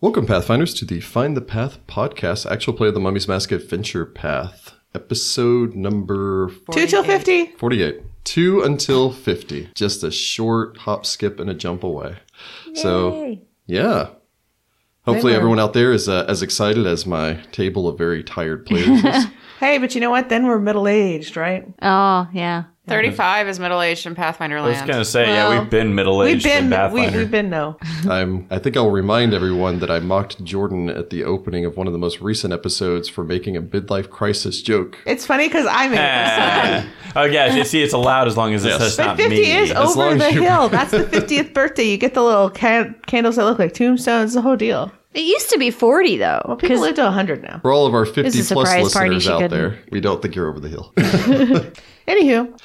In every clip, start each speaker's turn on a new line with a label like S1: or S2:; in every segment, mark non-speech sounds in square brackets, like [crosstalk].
S1: Welcome, Pathfinders, to the Find the Path podcast, actual play of the Mummy's Mask Adventure Path, episode number
S2: Two till 50.
S1: 48. Two until 50. Just a short hop, skip, and a jump away. So, yeah. Hopefully,
S3: were.
S1: everyone out there is uh, as excited as my table of very tired players
S3: [laughs]
S1: is.
S2: Hey, but you know what? Then we're middle aged, right?
S3: Oh, yeah.
S4: 35 is middle aged in Pathfinder
S5: I was
S4: land.
S5: gonna say, yeah, we've been middle
S2: We've
S5: aged in
S2: been we,
S5: Pathfinder.
S2: we've been no.
S1: I'm, I think I'll remind everyone that I mocked Jordan at the opening of one of the most recent episodes for making a midlife crisis joke.
S2: It's funny because
S1: [laughs]
S2: I'm in.
S5: Ah. [laughs] oh yeah, you see, it's allowed as long as it's
S1: Yes.
S5: just
S1: But
S5: not
S2: 50
S5: me.
S2: is
S1: long
S2: over
S1: as
S2: the
S1: you- [laughs]
S2: hill. That's the 50th birthday. You get the little can- candles that look like tombstones, the whole deal.
S3: It used to be 40,
S2: Well,
S3: though.
S2: people live to 100 now.
S1: For all of our 50
S3: This is a
S1: plus
S3: surprise party,
S1: listeners
S3: she
S1: out
S3: couldn't-
S1: there, we don't think you're over the hill.
S2: Anywho,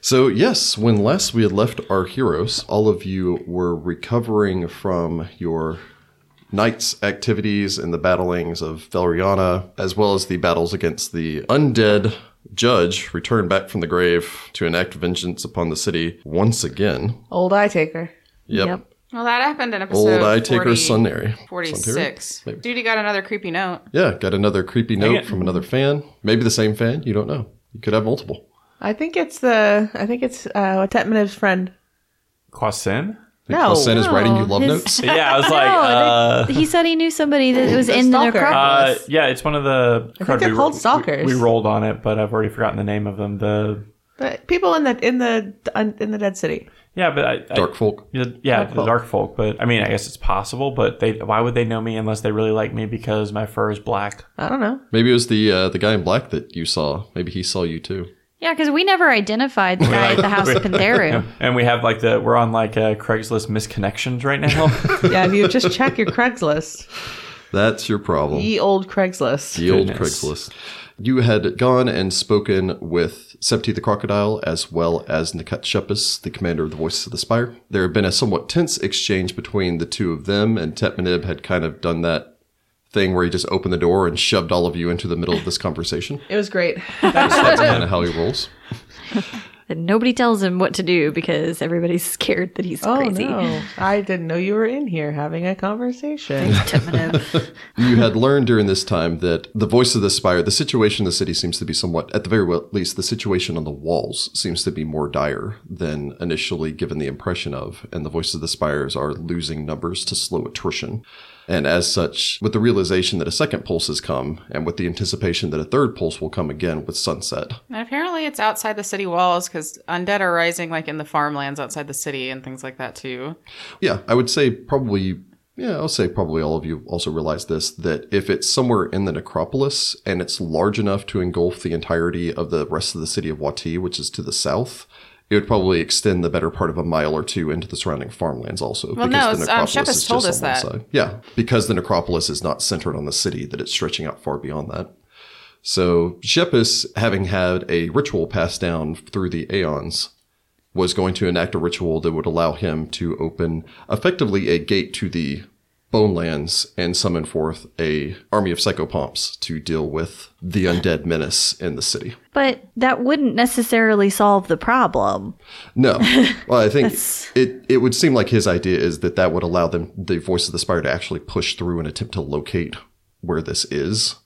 S1: so, yes, when last we had left our heroes, all of you were recovering from your night's activities and the battlings of Felriana, as well as the battles against the undead judge returned back from the grave to enact vengeance upon the city once again.
S2: old eye taker.
S1: Yep.
S3: Yep.
S4: well, that happened in episode
S1: Old eye taker
S4: 40
S1: Sunary.
S4: 46.
S1: Maybe.
S4: Dude, he got another creepy note.
S1: Yeah, got another creepy note
S5: get-
S1: from another fan. Maybe the same fan. You don't know. You could have multiple.
S2: I think it's the, I think it's uh, Tetmaniv's friend. [laughs]
S5: Kwasin?
S2: No.
S1: Sen is writing you love
S3: his-
S1: notes.
S5: Yeah, I was like,
S3: No,
S5: uh,
S3: that- he said he knew somebody that was
S2: The
S3: in the
S2: stalker.
S5: uh,
S3: necropolis.
S5: yeah, it's one of the. I
S2: they're called stalkers.
S5: We, rolled on it, but I've already forgotten the name of them. The
S2: The people in the in the in the dead city.
S5: yeah, but I, I-
S1: Dark folk.
S5: the- yeah,
S2: Dark
S5: the
S2: folk.
S5: dark folk. But I mean, I guess it's possible. But they, why would they know me unless they really like me because my fur is black?
S2: I don't know.
S1: Maybe it was the uh, the guy in black that you saw. Maybe he saw you too.
S3: yeah, because we never identified the guy at the House of Pantheru.
S5: And we have like the we're on like uh, Craigslist misconnections
S2: [laughs]
S5: right now. [laughs]
S2: Yeah, if you just check your [laughs] Craigslist,
S1: That's your problem.
S2: ye old Craigslist.
S1: The old
S5: Goodness.
S1: Craigslist. You had gone and spoken with Septi the Crocodile as well as Nakutshepis, the commander of the Voices of the Spire. There had been a somewhat tense exchange between the two of them, and Tetmanib had kind of done that thing where he just opened the door and shoved all of you into the middle of this conversation.
S2: It was great. [laughs]
S1: That's kind of how he rolls.
S3: And nobody tells him what to do because everybody's scared that he's
S2: Oh
S3: crazy. [laughs]
S5: [laughs]
S2: no! I didn't know you were in here having a conversation.
S1: you had learned during this time that the voice of the spire, the situation in the city seems to be somewhat, at the very well, least, the situation on the walls seems to be more dire than initially given the impression of, and the voice of the spires are losing numbers to slow attrition. And as such, with the realization that a second pulse has come, and with the anticipation that a third pulse will come again with sunset,
S4: And apparently it's outside the city walls because undead are rising like in the farmlands outside the city and things like that too.
S1: Yeah, I would say probably. Yeah, I'll say probably all of you also realize this that if it's somewhere in the necropolis and it's large enough to engulf the entirety of the rest of the city of Wati, which is to the south, it would probably extend the better part of a mile or two into the surrounding farmlands also.
S4: Well, no, it's- um, Shep has told us that.
S1: side. Yeah, because the necropolis is not centered on the city, that it's stretching out far beyond that. So Shepis, having had a ritual passed down through the aeons, was going to enact a ritual that would allow him to open effectively a gate to the Bonelands and summon forth a army of psychopomps to deal with the undead menace in the city.
S3: But that wouldn't necessarily solve the problem.
S1: No, well, I think it it would seem like his idea is that that would allow them the voice of the spire to actually push through and attempt to locate where this is,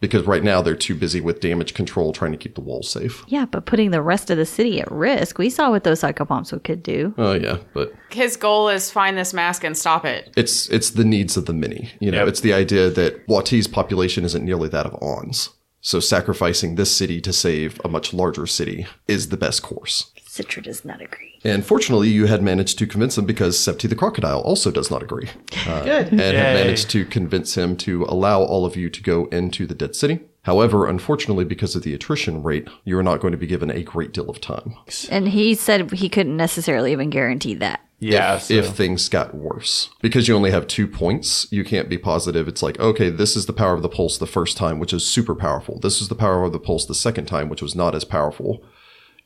S1: because right now they're too busy with damage control trying to keep the walls safe.
S3: Yeah, but putting the rest of the city at risk. We saw what those psychopomps could do.
S1: Oh yeah, but
S4: His goal is find this mask and stop it.
S1: it's it's the needs of the many. You know,
S5: Yep.
S1: it's the idea that Wati's population isn't nearly that of On's. So sacrificing this city to save a much larger city is the best course.
S3: Citra does not agree.
S1: And fortunately, you had managed to convince him because Septi the crocodile also does not agree, Uh,
S2: Good.
S1: and had
S5: Yay.
S1: managed to convince him to allow all of you to go into the dead city. However, unfortunately, because of the attrition rate, you are not going to be given a great deal of time
S3: And he said he couldn't necessarily even guarantee that.
S5: Yeah, so-
S1: if things got worse. Because you only have two points, you can't be positive. It's like, okay, this is the power of the pulse the first time, which is super powerful. This is the power of the pulse the second time, which was not as powerful.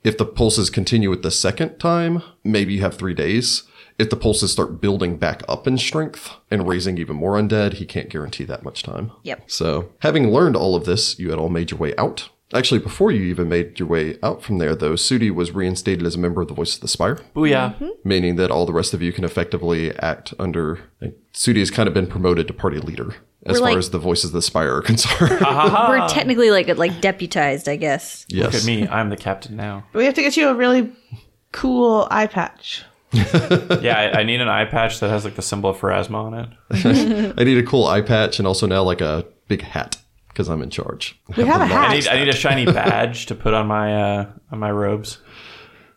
S1: If the pulses continue at the second time, maybe you have three days. If the pulses start building back up in strength and raising even more undead, he can't guarantee that much time.
S3: Yep.
S1: So, having learned all of this, you had all made your way out Actually, before you even made your way out from there, though, Sudi was reinstated as a member of the Voice of the Spire,
S5: Booyah.
S2: Mm-hmm.
S1: meaning that all the rest of you can effectively act under. Like, Sudi has kind of been promoted to party leader as
S3: We're
S1: far
S3: like-
S1: as the Voices of the Spire are [laughs] concerned.
S3: We're technically like like deputized, I guess.
S1: yes.
S5: Uh-huh. Look at me. I'm the captain now.
S2: We have to get you a really cool eye patch.
S5: Yeah, I, I need an eye patch that has like the symbol of Pharasma on it.
S1: I need a cool eye patch and also now like a big hat because I'm in charge.
S2: We have a
S5: I
S2: hat.
S5: need I need a shiny badge to put on my uh on my robes.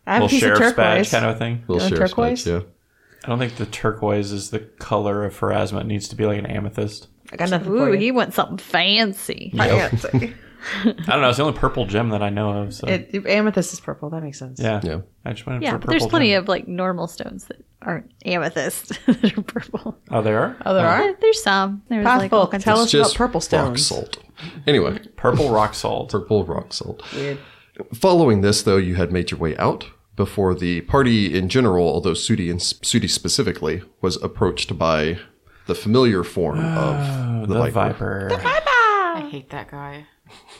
S2: I have a
S5: little
S2: piece of
S5: sheriff's badge
S2: turquoise.
S5: kind of a thing.
S1: Little
S2: Going
S1: sheriff's badge,
S2: turquoise?
S1: yeah.
S5: I don't think the turquoise is the color of Pharasma. It needs to be like an amethyst.
S2: I got nothing
S3: Ooh,
S2: for you.
S3: he wants something fancy.
S2: I can't
S5: [laughs]
S2: see.
S5: I don't know. It's the only purple gem that I know of. So
S2: It, amethyst is purple. That makes sense.
S5: yeah,
S1: Yeah.
S5: I just went
S3: Yeah,
S5: for
S3: but
S5: purple.
S3: there's plenty
S5: gem.
S3: of like normal stones that aren't amethyst [laughs] that are purple.
S5: Oh, there are
S2: Oh, there are?
S3: There's some. There's like
S2: Possible.
S3: all kinds
S2: Tell
S3: of-
S2: us about purple
S1: rock
S2: stones.
S1: salt. Anyway,
S5: purple rock salt.
S1: purple rock salt.
S2: Weird.
S1: Following this, though, you had made your way out before the party in general, although Sudi and Sudi specifically, was approached by the familiar form of the,
S5: Ah, Oh, The
S1: Viper.
S5: viper.
S4: I
S2: Oh.
S4: hate that guy.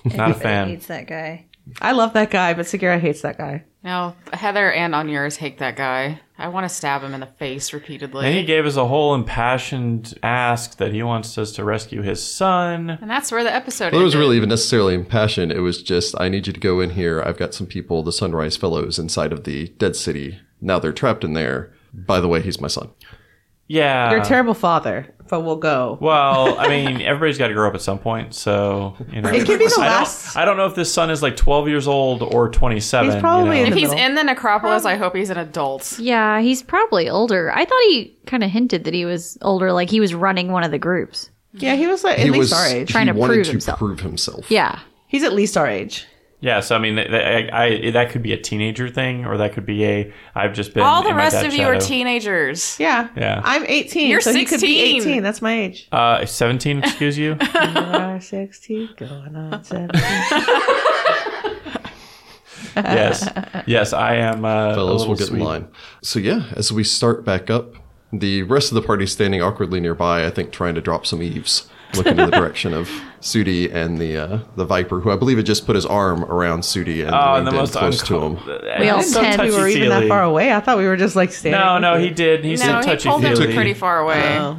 S5: Not a
S3: Everybody
S5: fan.
S3: hates that guy.
S2: I love that guy, but Segura hates that guy.
S4: No, Heather and on yours hate that guy. I want to stab him in the face repeatedly.
S5: And he gave us a whole impassioned ask that he wants us to rescue his son.
S4: and that's where the episode
S1: Well, it was
S4: ended.
S1: really even necessarily impassioned. It was just, I need you to go in here. I've got some people, the Sunrise Fellows, inside of the Dead City. Now they're trapped in there. By the way, he's my son.
S5: Yeah.
S2: You're a terrible father, but we'll go.
S5: Uh, Well, I mean, everybody's got to grow up at some point, so you know.
S2: It could be the
S5: I don't-
S2: last-
S5: I don't know if this son is like 12 years old or 27.
S2: He's probably
S5: you
S2: in
S5: know.
S4: If he's
S2: middle.
S4: in the necropolis,
S2: Um,
S4: I hope he's an adult.
S3: Yeah, he's probably older. I thought he kind of hinted that he was older, like he was running one of the groups.
S2: Yeah, he was like at
S1: he
S2: least
S1: was
S2: our age.
S3: Trying
S1: he
S3: to
S1: wanted
S3: prove
S1: to
S3: himself.
S1: prove himself.
S3: Yeah,
S2: He's at least our age.
S5: yeah. So I mean, th- th- I, I, that could be a teenager thing, or that could be a I've just been.
S4: All the
S5: in my
S4: rest
S5: dad's
S4: of you are
S5: shadow.
S4: teenagers.
S2: Yeah.
S5: Yeah.
S2: I'm 18.
S4: You're
S2: so He could be
S4: 16.
S2: 18. That's my
S5: [laughs]
S2: age.
S5: Uh, 17, excuse
S4: [laughs]
S5: you.
S2: I'm 16, going on 17.
S5: yes, yes, I am. Uh, a
S1: Fellows
S5: little
S1: will get
S5: sweet.
S1: in line. So, yeah, as we start back up, the rest of the party standing awkwardly nearby, I think trying to drop some eaves, looking
S3: [laughs]
S1: in the direction of Sudi and the uh, the Viper, who I believe had just put his arm around Sudi and
S5: Oh,
S1: leaned
S5: and the
S1: in
S5: most
S1: close to
S5: uncom-
S1: him.
S3: we
S5: Uh,
S3: all
S5: so
S3: said
S2: we were even that
S5: touchy-feely.
S2: far away. I thought we were just like standing.
S5: No, no, he did. He
S4: No,
S5: said
S4: he
S5: touchy
S4: pulled him
S5: feely.
S4: pretty far away. [laughs]
S2: Oh.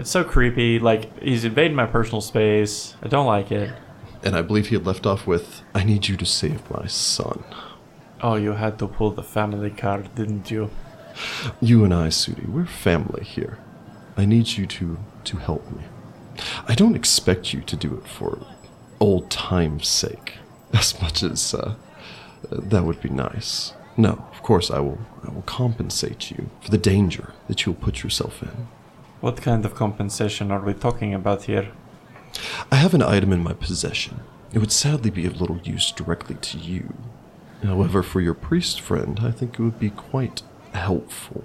S5: It's so creepy. Like he's invading my personal space. I don't like it.
S1: And I believe he had left off with, I need you to save my son.
S5: Oh, you had to pull the family card, didn't you?
S1: You and I, Sudi, we're family here. I need you to to help me. I don't expect you to do it for old time's sake, [laughs] as much as uh, that would be nice. No, of course I will. I will compensate you for the danger that you'll put yourself in.
S5: What kind of compensation are we talking about here?
S1: I have an item in my possession. It would sadly be of little use directly to you. However, for your priest friend, I think it would be quite helpful.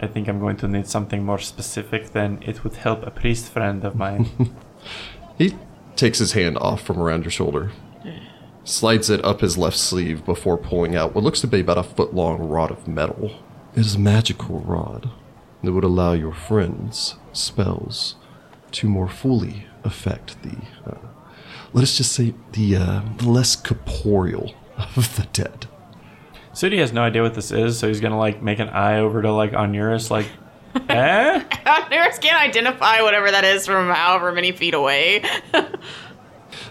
S5: I think I'm going to need something more specific than it would help a priest friend of mine.
S1: He takes his hand off from around your shoulder, slides it up his left sleeve before pulling out what looks to be about a foot long rod of metal. It is a magical rod that would allow your friends' spells to more fully affect the, uh, let us just say, the, uh, the less corporeal [laughs] of the dead.
S5: Sudi has no idea what this is, so he's gonna like make an eye over to like Onuris, like, eh?
S4: Nurse can't identify whatever that is from however many feet away.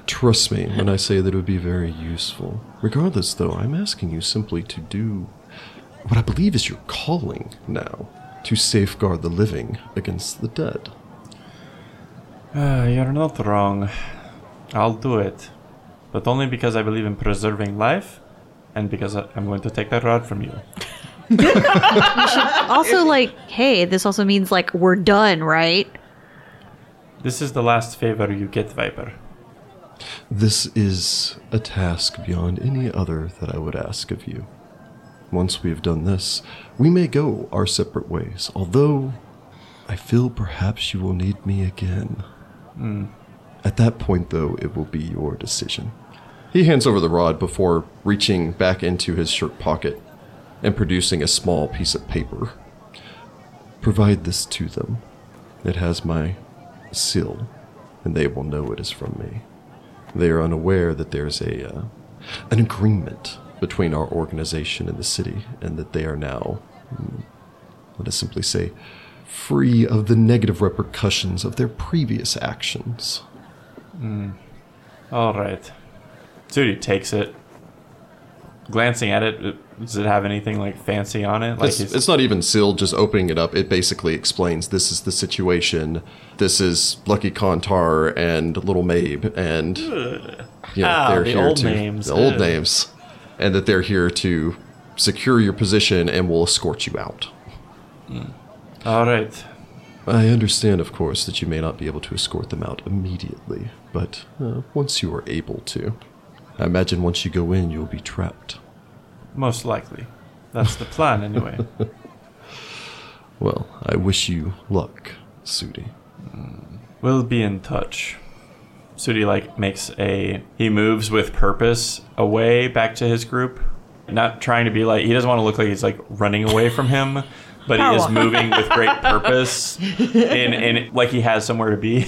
S1: Trust me when I say that it would be very useful. Regardless, though, I'm asking you simply to do what I believe is your calling now to safeguard the living against the dead.
S5: Ah, you're not wrong. I'll do it, but only because I believe in preserving life, and because I- I'm going to take that rod from you.
S3: also like hey this also means like we're done right
S5: This is the last favor you get, Viper.
S1: This is a task beyond any other that I would ask of you. Once we have done this, we may go our separate ways, although I feel perhaps you will need me again. At that point, though, it will be your decision. He hands over the rod before reaching back into his shirt pocket and producing a small piece of paper. Provide this to them. It has my seal, and they will know it is from me. They are unaware that there's a uh, an agreement between our organization and the city, and that they are now, mm, let us simply say, free of the negative repercussions of their previous actions.
S5: All right. Tootie takes it. Glancing at it, it- does it have anything like fancy on it? Like
S1: it's,
S5: is-
S1: it's not even sealed just opening it up it basically explains this is the situation this is lucky contar and little mabe and you know,
S5: Ah,
S1: they're
S5: the
S1: here
S5: old
S1: to
S5: names.
S1: the old
S5: Ugh.
S1: names and that they're here to secure your position and will escort you out
S5: all right.
S1: i understand of course that you may not be able to escort them out immediately but uh, once you are able to i imagine once you go in you'll be trapped
S5: Most likely. That's the plan
S1: [laughs]
S5: anyway.
S1: well i wish you luck sudi
S5: We'll be in touch. Sudi like makes a he moves with purpose away back to his group. Not trying to be like he doesn't want to look like he's like running away from him, but he is
S2: Oh.
S5: moving with great purpose and and like he has somewhere to be.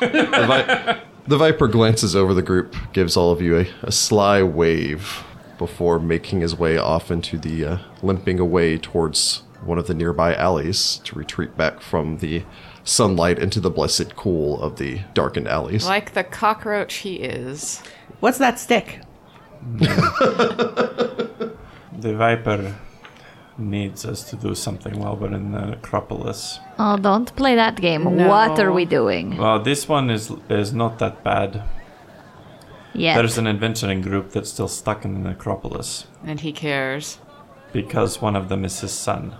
S1: the, vi- the Viper glances over the group, gives all of you a, a sly wave before making his way off into the uh, limping away towards one of the nearby alleys to retreat back from the sunlight into the blessed cool of the darkened alleys.
S4: Like the cockroach he is.
S2: What's that stick?
S5: The Viper needs us to do something while we're in the Acropolis.
S3: Oh, don't play that game.
S4: No.
S3: What are we doing?
S5: Well, this one is is not that bad.
S3: Yes.
S5: There's an adventuring group that's still stuck in the Acropolis
S4: And he cares.
S5: because one of them is his son.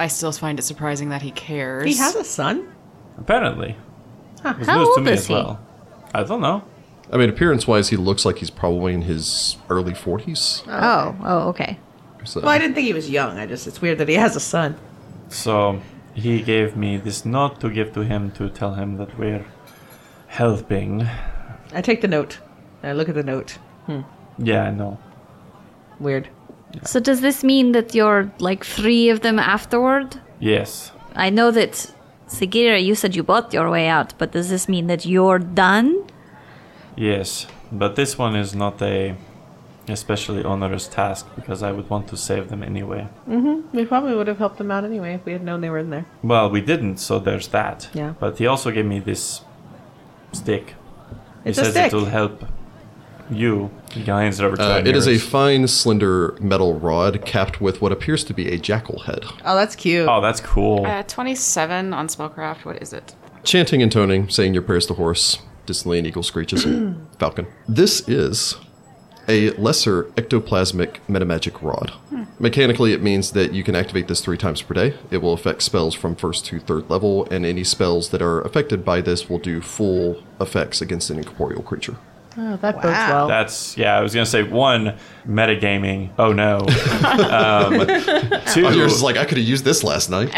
S4: I still find it surprising that he cares.
S2: He has a son.
S5: Apparently. It was
S3: How
S5: news to
S3: old
S5: me
S3: is
S5: as
S3: he?
S5: well. I don't know.
S1: I mean, appearance wise, he looks like he's probably in his early 40s.
S3: oh, oh, okay.
S1: So.
S2: Well, I didn't think he was young. I just it's weird that he has a son.
S5: So he gave me this note to give to him to tell him that we're helping.
S2: I take the note. I look at the note.
S5: Yeah, I know.
S2: Weird.
S3: So does this mean that you're like free of them afterward?
S5: Yes.
S3: I know that Sagira, you said you bought your way out, but does this mean that you're done?
S5: Yes. But this one is not a especially onerous task because I would want to save them anyway.
S2: We probably would have helped them out anyway if we had known they were in there.
S5: Well, we didn't, so there's that.
S2: Yeah.
S5: But he also gave me this stick.
S2: It's
S5: he
S2: a
S5: says
S2: stick.
S5: it will help you. He hands it over to
S1: Uh, it is a
S5: Aniris.
S1: fine, slender metal rod capped with what appears to be a jackal head.
S2: Oh, that's cute.
S5: Oh, that's cool.
S4: Uh, 27 on Spellcraft. What is it?
S1: chanting and toning, saying your prayers to Horus. Distantly an eagle screeches. Falcon. This is a lesser ectoplasmic metamagic rod. Mechanically, it means that you can activate this three times per day. It will affect spells from first to third level, and any spells that are affected by this will do full effects against an incorporeal creature.
S2: Oh, that bodes well.
S5: That's yeah. I was gonna say one metagaming.
S2: [laughs]
S5: Oh no. um,
S1: Oh, you're just
S5: two,
S1: like, I could have used this last night.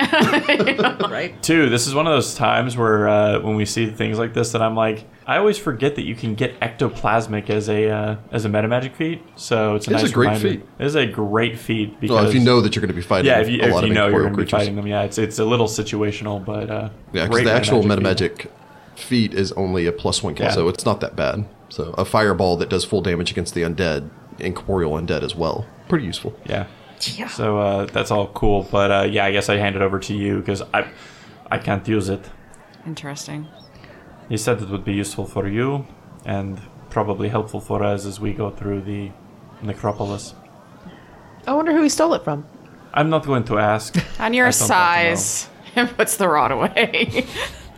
S2: right?
S5: two. This is one of those times where uh, when we see things like this, that I'm like, I always forget that you can get ectoplasmic as a uh, as a metamagic feat. So it's a
S1: It's a
S5: nice
S1: great
S5: reminder.
S1: feat.
S5: It is a great feat because
S1: well, if you know that you're going to be fighting
S5: yeah, if you,
S1: a lot
S5: if you
S1: of
S5: know you're
S1: incorporeal
S5: gonna be
S1: creatures.
S5: fighting them, yeah, it's it's a little situational, but uh,
S1: Yeah, because
S5: great
S1: the actual
S5: metamagic feat.
S1: metamagic feat is only a plus one kill,
S5: Yeah.
S1: so it's not that bad. So a fireball that does full damage against the undead, incorporeal undead as well, pretty useful.
S5: Yeah. So uh, that's all cool, but uh, yeah, I guess I hand it over to you because I I can't use it.
S4: Interesting.
S5: He said it would be useful for you and probably helpful for us as we go through the necropolis.
S2: I wonder who he stole it from.
S5: I'm not going
S2: [laughs]
S5: to ask.
S4: On
S5: I
S4: your
S5: don't fucking
S4: size, [laughs] and puts the rod away.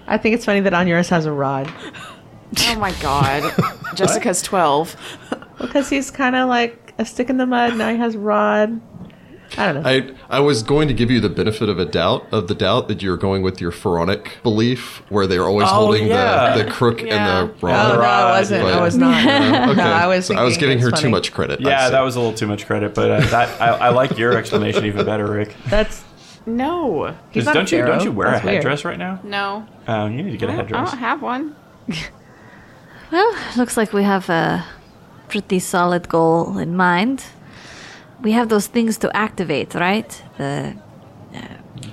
S2: I think it's funny that Onuris has a rod
S4: oh my god. Jessica's 12.
S2: because he's kind of like a stick in the mud. Now he has a rod. I don't know.
S1: I I was going to give you the benefit of a doubt of the doubt that you're going with your pharaonic belief, where they're always
S5: Oh,
S1: holding
S5: yeah.
S1: the, the crook
S4: Yeah.
S1: and the
S2: oh
S1: rod.
S2: no, I
S5: rod,
S2: wasn't.
S1: but-
S2: I was not.
S1: [laughs] Okay.
S2: No, [laughs] I was.
S1: so I was
S2: thinking
S1: giving
S2: it's
S1: her too
S2: funny.
S1: much credit. I
S5: Yeah,
S1: see.
S5: that was a little too much credit, but uh, that I, I like your explanation even better, Rick.
S2: That's.
S4: No.
S2: [laughs] He's
S5: Because
S2: not a
S5: don't you don't
S2: pharaoh.
S5: you wear
S2: That's
S5: a
S2: weird.
S5: headdress right now?
S4: No.
S5: Um, you need to get a
S4: I don't, I
S5: headdress.
S4: don't have one.
S3: Well, looks like we have a pretty solid goal in mind. We have those things to activate, right? The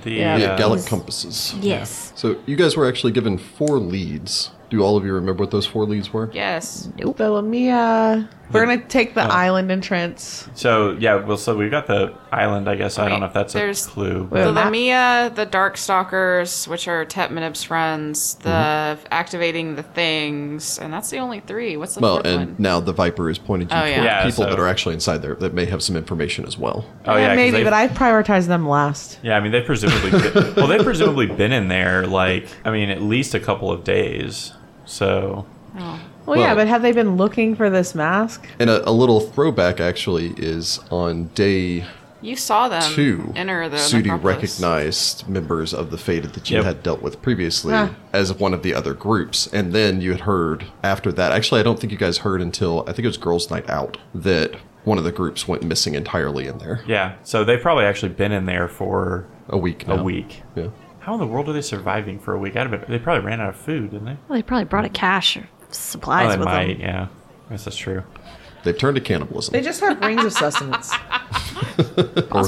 S5: the
S1: yeah,
S5: uh,
S1: Gallic compasses.
S3: yes.
S1: So you guys were actually given four leads Do all of you remember what those four leads were?
S4: Yes.
S2: So, Mia, we're gonna take the island entrance.
S5: uh, So yeah, well, so we've got the island. I guess I don't know if that's
S4: There's-
S5: a clue.
S2: Wait. The
S4: So the
S2: map-
S4: Mia, the Darkstalkers, which are Tetmanib's friends, the activating the things, and that's the only three. What's the
S1: Well,
S4: fourth
S1: and
S4: one?
S1: now the Viper is pointing to
S4: Oh, yeah.
S5: Yeah,
S1: people
S5: so-
S1: that are actually inside there that may have some information as well.
S5: Oh yeah, 'cause
S2: maybe,
S5: they've-
S2: but I prioritize them last.
S5: Yeah, I mean they've presumably been, well they've presumably been in there like I mean at least a couple of days. So
S2: Well, yeah,
S1: Well-
S2: but have they been looking for this mask?
S1: And a, a little throwback actually is on day
S4: You saw them
S1: two,
S4: Um, enter the
S1: Sudi
S4: necropolis.
S1: recognized members of the Faded that you
S5: Yep.
S1: had dealt with previously
S2: Huh.
S1: as one of the other groups. And then you had heard after that, actually, I don't think you guys heard until I think it was Girls Night Out that one of the groups went missing entirely in there.
S5: yeah, so they've probably actually been in there for
S1: A week
S5: a
S1: now.
S5: week.
S1: Yeah.
S5: How in the world are they surviving for a week? I'd have been, they probably ran out of food, didn't they?
S3: Well, they probably brought a cache or
S5: Oh,
S3: supplies
S5: they
S3: with
S5: might.
S3: them.
S5: Yeah, I guess that's true.
S1: They've turned to cannibalism.
S2: They just have rings of sustenance.
S1: or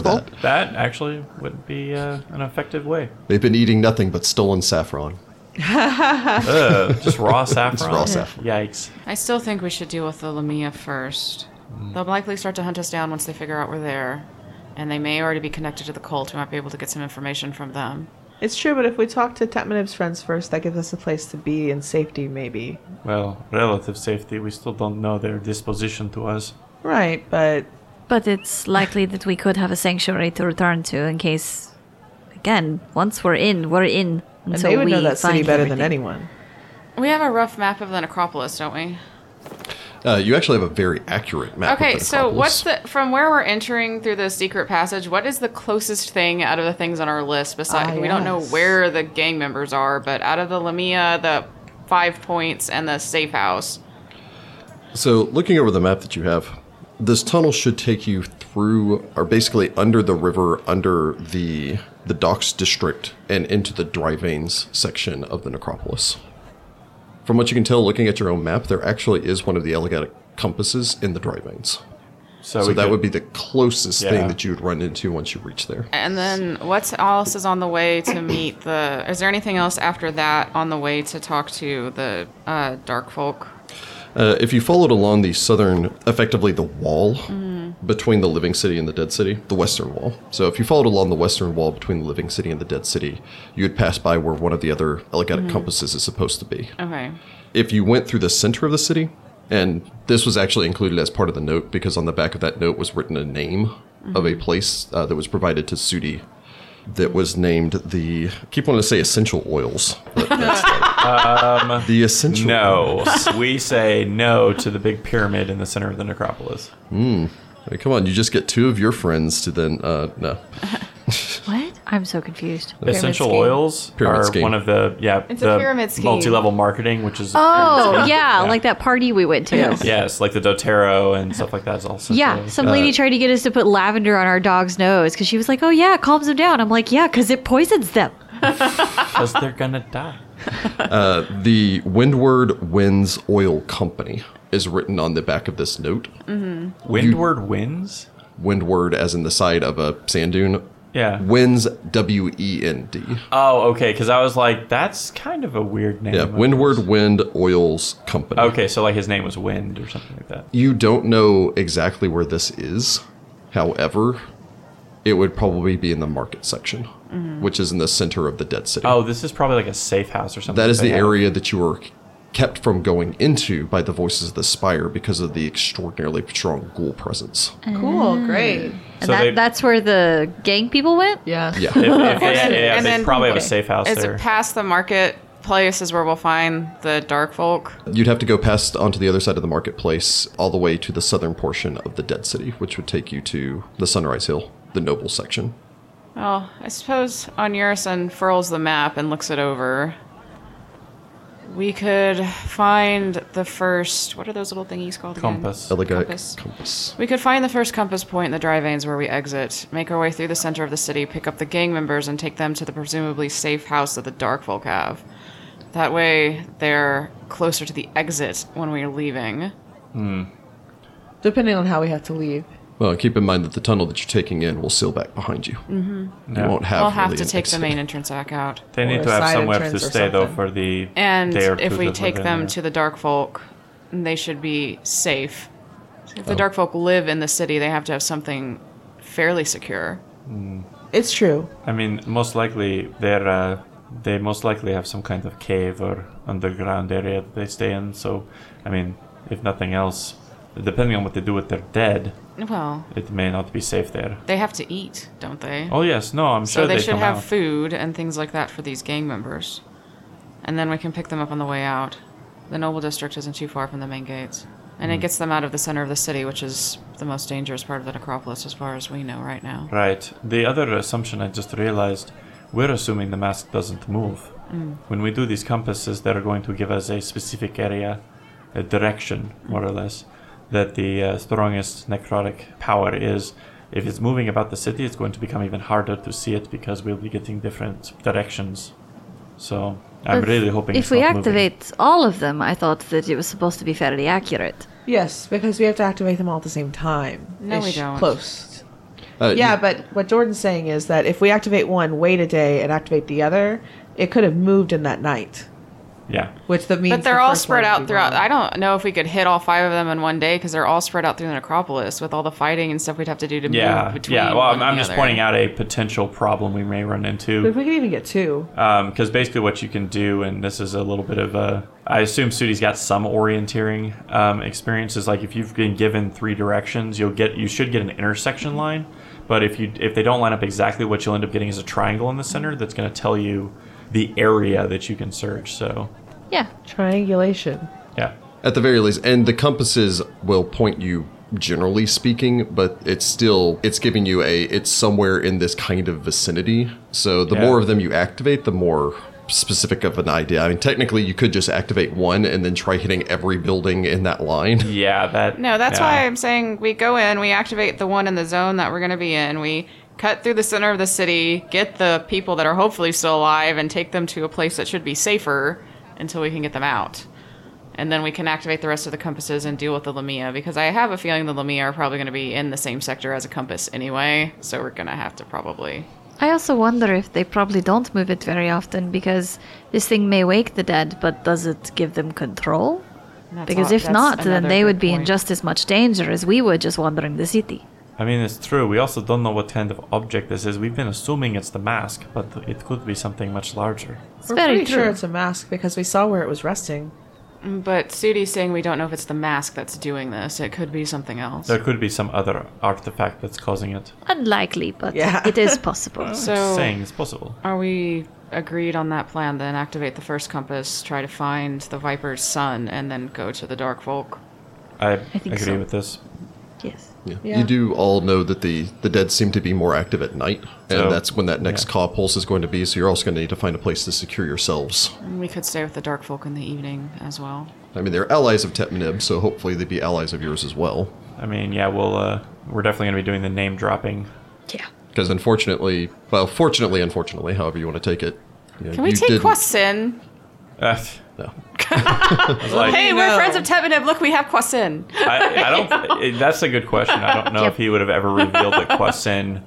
S1: that.
S5: That actually would be uh, an effective way.
S1: They've been eating nothing but stolen saffron. [laughs]
S5: Ugh, just raw saffron.
S1: raw saffron.
S5: Yikes.
S4: I still think we should deal with the Lamia first.
S1: Mm.
S4: They'll likely start to hunt us down once they figure out we're there, and they may already be connected to the cult. We might be able to get some information from them.
S2: [laughs] it's true, but if we talk to Tatmaniv's friends first, that gives us a place to be in safety, maybe.
S5: Well, relative safety. We still don't know their disposition to us.
S2: Right, but
S3: But it's likely that we could have a sanctuary to return to in case, again, once we're in, we're in.
S2: and
S3: Until
S2: they would
S3: we
S2: know that city
S3: find
S2: better than
S3: everything.
S2: anyone.
S4: We have a rough map of the necropolis, don't we?
S1: Uh, you actually have a very accurate map. of
S4: Okay,
S1: the
S4: so what's
S1: necropolis.
S4: the from where we're entering through the secret passage? What is the closest thing out of the things on our list? Besides,
S2: Ah,
S4: we don't know
S2: yes.
S4: where the gang members are, but out of the Lamia, the five points, and the safe house,
S1: So, looking over the map that you have, this tunnel should take you through, or basically under the river, under the the docks district, and into the dry veins section of the necropolis. From what you can tell, looking at your own map, there actually is one of the Elegatic compasses in the dry veins.
S5: So,
S1: So
S5: we
S1: that
S5: could-
S1: would be the closest
S5: Yeah.
S1: thing that you would run into once you reach there.
S4: and then what else is on the way to meet the? Is there anything else after that on the way to talk to the uh, dark folk?
S1: Uh, if you followed along the southern, effectively the wall between the living city and the dead city, the western wall. So if you followed along the western wall between the living city and the dead city, you would pass by where one of the other elegatic compasses is supposed to be.
S4: Okay,
S1: If you went through the center of the city, and this was actually included as part of the note because on the back of that note was written a name of a place uh, that was provided to Sudi that was named the. I keep wanting to say essential oils. But that's um, the essential. [laughs]
S5: No, we say no to the big pyramid in the center of the necropolis.
S1: Hey, come on, you just get two of your friends to then. Uh, no.
S3: What? I'm so confused.
S5: Essential
S3: scheme.
S5: oils
S1: Pyramid
S5: are
S1: scheme.
S5: one of the yeah
S4: It's a
S5: the
S4: pyramid scheme.
S5: multi-level marketing, which is
S3: Oh, yeah,
S5: [laughs] Yeah.
S3: like that party we went to.
S5: yes, like the DoTerra and stuff like that is also
S3: Yeah, some
S5: Uh,
S3: lady tried to get us to put lavender on our dog's nose because she was like, "Oh yeah, it calms them down." I'm like, "Yeah, because it poisons them."
S5: because they're gonna die.
S1: The Windward Winds Oil Company is written on the back of this note.
S5: Windward winds.
S1: Windward, as in the side of a sand dune.
S5: Yeah.
S1: Winds, W E N D.
S5: Oh, okay. Because I was like, that's kind of a weird name.
S1: Yeah, Windward Wind Oils Company.
S5: Okay, so like his name was Wind or something like that.
S1: You don't know exactly where this is. However, it would probably be in the market section, which is in the center of the dead city.
S5: Oh, this is probably like a safe house or something.
S1: That is
S5: they
S1: the
S5: have.
S1: area that you were kept from going into by the voices of the spire because of the extraordinarily strong ghoul
S4: [laughs]
S1: presence.
S2: Cool, great.
S3: And
S5: So
S3: that,
S5: they-
S3: that's where the gang people went.
S2: Yeah.
S1: Yeah.
S5: If- if they- [laughs] yeah,
S4: and
S5: they
S4: then-
S5: probably have a safe house
S4: is
S5: there.
S4: it past the market? Place is where we'll find the dark folk.
S1: You'd have to go past onto the other side of the marketplace, all the way to the southern portion of the Dead City, which would take you to the Sunrise Hill, the noble section.
S4: Oh, I suppose Onuris unfurls the map and looks it over. We could find the first. What are those little thingies called? again?
S5: Compass.
S1: Elegant
S4: Compass.
S1: compass.
S4: We could find the first compass point in the dry veins where we exit, make our way through the center of the city, pick up the gang members, and take them to the presumably safe house that the Dark Folk have. That way, they're closer to the exit when we're leaving.
S2: Depending on how we have to leave.
S1: Well, keep in mind that the tunnel that you're taking in will seal back behind you. You
S5: Yeah.
S1: won't have.
S4: We'll Mm. have
S1: really
S4: to
S1: an
S4: take the
S1: exit.
S4: main entrance back out.
S5: They
S2: Or
S5: need
S2: a
S5: to have
S2: side
S5: somewhere to
S2: entrance or
S5: stay though
S2: something.
S5: for the
S4: And
S5: day or
S4: if
S5: two
S4: we
S5: that
S4: take
S5: we're
S4: them
S5: there.
S4: to the Dark Folk, they should be safe. If
S1: Oh.
S4: the Dark Folk live in the city, they have to have something fairly secure.
S2: It's true.
S5: I mean, most likely they're uh, they most likely have some kind of cave or underground area that they stay in. So, I mean, if nothing else, depending on what they do with their dead,
S4: Well,
S5: it may not be safe there.
S4: they have to eat, don't they?
S5: Oh yes, no, I'm
S4: so
S5: sure
S4: they,
S5: they,
S4: should
S5: come
S4: have
S5: out.
S4: food and things like that for these gang members. And then we can pick them up on the way out. The Noble District isn't too far from the main gates. And
S5: Hmm.
S4: it gets them out of the center of the city, which is the most dangerous part of the necropolis as far as we know right now.
S5: Right. The other assumption I just realized, we're assuming the mask doesn't move. When we do these compasses, they're going to give us a specific area, a direction, more or less, that the uh, strongest necrotic power is. If it's moving about the city, it's going to become even harder to see it because we'll be getting different directions. So I'm
S3: But
S5: really hoping
S3: If
S5: it's
S3: we
S5: not moving.
S3: activate all of them, I thought that it was supposed to be fairly accurate.
S2: Yes, because we have to activate them all at the same time.
S4: No, we
S2: Ish,
S4: don't.
S2: Close.
S1: Uh,
S2: Yeah, but what Jordan's saying is that if we activate one, wait a day, and activate the other, it could have moved in that night.
S5: yeah,
S2: Which that means.
S4: But they're all spread out throughout. I don't know if we could hit all five of them in one day because they're all spread out through the necropolis with all the fighting and stuff we'd have to do to move
S5: yeah,
S4: between.
S5: yeah. Well,
S4: one
S5: I'm,
S4: and
S5: I'm
S4: the
S5: just
S4: other.
S5: pointing out a potential problem we may run into.
S2: But if we could even get two,
S5: because Um, basically what you can do, and this is a little bit of a, I assume Sudi's got some orienteering um, experience. Is like if you've been given three directions, you'll get, you should get an intersection line. But if you if they don't line up exactly, what you'll end up getting is a triangle in the center that's going to tell you the area that you can search. So
S3: Yeah.
S2: triangulation.
S5: yeah,
S1: At the very least, and the compasses will point you generally speaking, but it's still it's giving you a it's somewhere in this kind of vicinity. So the
S5: Yeah.
S1: more of them you activate, the more specific of an idea. I mean, technically you could just activate one and then try hitting every building in that line.
S5: yeah, that
S4: No, that's
S5: yeah.
S4: why I'm saying we go in, we activate the one in the zone that we're going to be in, we cut through the center of the city, get the people that are hopefully still alive, and take them to a place that should be safer until we can get them out. And then we can activate the rest of the compasses and deal with the Lamia because I have a feeling the Lamia are probably going to be in the same sector as a compass anyway, so we're going to have to probably
S3: I also wonder if they probably don't move it very often because this thing may wake the dead, but does it give them control?
S4: That's
S3: because
S4: a-
S3: if
S4: that's
S3: not, then
S4: another
S3: they
S4: good
S3: would be in
S4: point.
S3: just as much danger as we would just wandering the city.
S5: I mean, it's true. We also don't know what kind of object this is. We've been assuming it's the mask, but it could be something much larger.
S3: It's
S2: We're
S3: very
S2: pretty
S3: true.
S2: sure it's a mask because we saw where it was resting.
S4: But Sudi's saying we don't know if it's the mask that's doing this. It could be something else.
S5: There could be some other artifact that's causing it.
S3: Unlikely, but
S2: Yeah.
S3: it [laughs] is possible.
S4: So-
S5: Just saying it's possible.
S4: Are we agreed on that plan then? Activate the first compass, try to find the Viper's son, and then go to the Dark Folk.
S5: I,
S3: think
S5: agree
S3: so.
S5: with this.
S3: yes.
S1: Yeah. [laughs]
S2: Yeah.
S1: You do all know that the the dead seem to be more active at night, and
S5: So,
S1: that's when that next
S5: yeah.
S1: call pulse is going to be. So you're also going to need to find a place to secure yourselves.
S4: We could stay with the Dark Folk in the evening as well.
S1: I mean, they're allies of Tetmanib, so hopefully they'd be allies of yours as well.
S5: I mean, yeah, we'll uh, we're definitely gonna be doing the name dropping. [laughs]
S3: Yeah.
S1: Because unfortunately, well, fortunately, unfortunately, however you want to take it. you know,
S4: Can we
S1: you
S4: take
S1: didn't-
S4: Quasin?
S5: Uh,
S1: No.
S5: like,
S4: Hey,
S2: you
S4: we're
S2: know.
S4: friends of Tebinib. Look, we have Quasin.
S3: [laughs]
S5: I, I don't. it- that's a good question. I don't know if he would have ever revealed that Quasin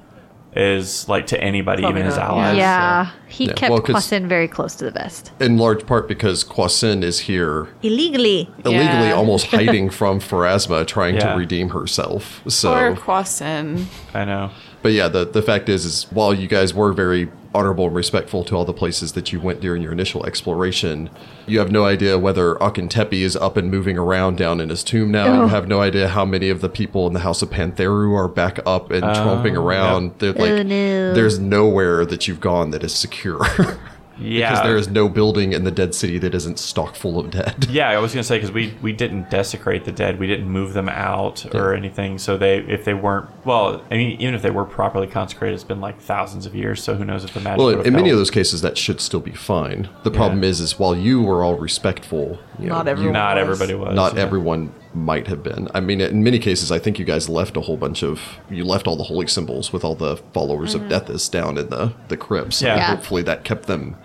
S5: is like to anybody,
S2: Probably
S5: even his
S2: not.
S5: allies.
S3: yeah. He
S1: Yeah,
S3: kept
S1: well, 'cause-
S3: Kwasin very close to the vest.
S1: In large part because Quasin is here
S3: Illegally.
S1: illegally,
S4: Yeah.
S1: almost
S4: [laughs]
S1: hiding from Pharasma, trying
S5: Yeah.
S1: to redeem herself.
S4: Poor
S1: So,
S4: Quasin.
S5: I know.
S1: but yeah, the the fact is, is while you guys were very honorable and respectful to all the places that you went during your initial exploration, you have no idea whether Akintepi is up and moving around down in his tomb now.
S3: Oh.
S1: You have no idea how many of the people in the House of Pantheru are back up
S5: Oh,
S1: and tromping around. They're like,
S3: Oh, no.
S1: there's nowhere that you've gone that is secure. [laughs]
S5: Yeah.
S1: Because there is no building in the dead city that isn't stock full of dead.
S5: [laughs] Yeah, I was gonna say because we we didn't desecrate the dead, we didn't move them out or anything. So they, if they weren't, well, I mean, even if they were properly consecrated, it's been like thousands of years. So who knows if the magic?
S1: Well,
S5: would have
S1: in many of
S5: held.
S1: those cases, that should still be fine. The problem is, is while you were all respectful, you
S2: Not
S1: know,
S2: everyone.
S5: not
S2: was.
S5: everybody was.
S1: not
S5: yeah.
S1: everyone might have been. I mean, in many cases, I think you guys left a whole bunch of you left all the holy symbols with all the followers of Deathis down in the the crypts.
S5: Yeah.
S1: And
S5: Yeah.
S1: hopefully that kept them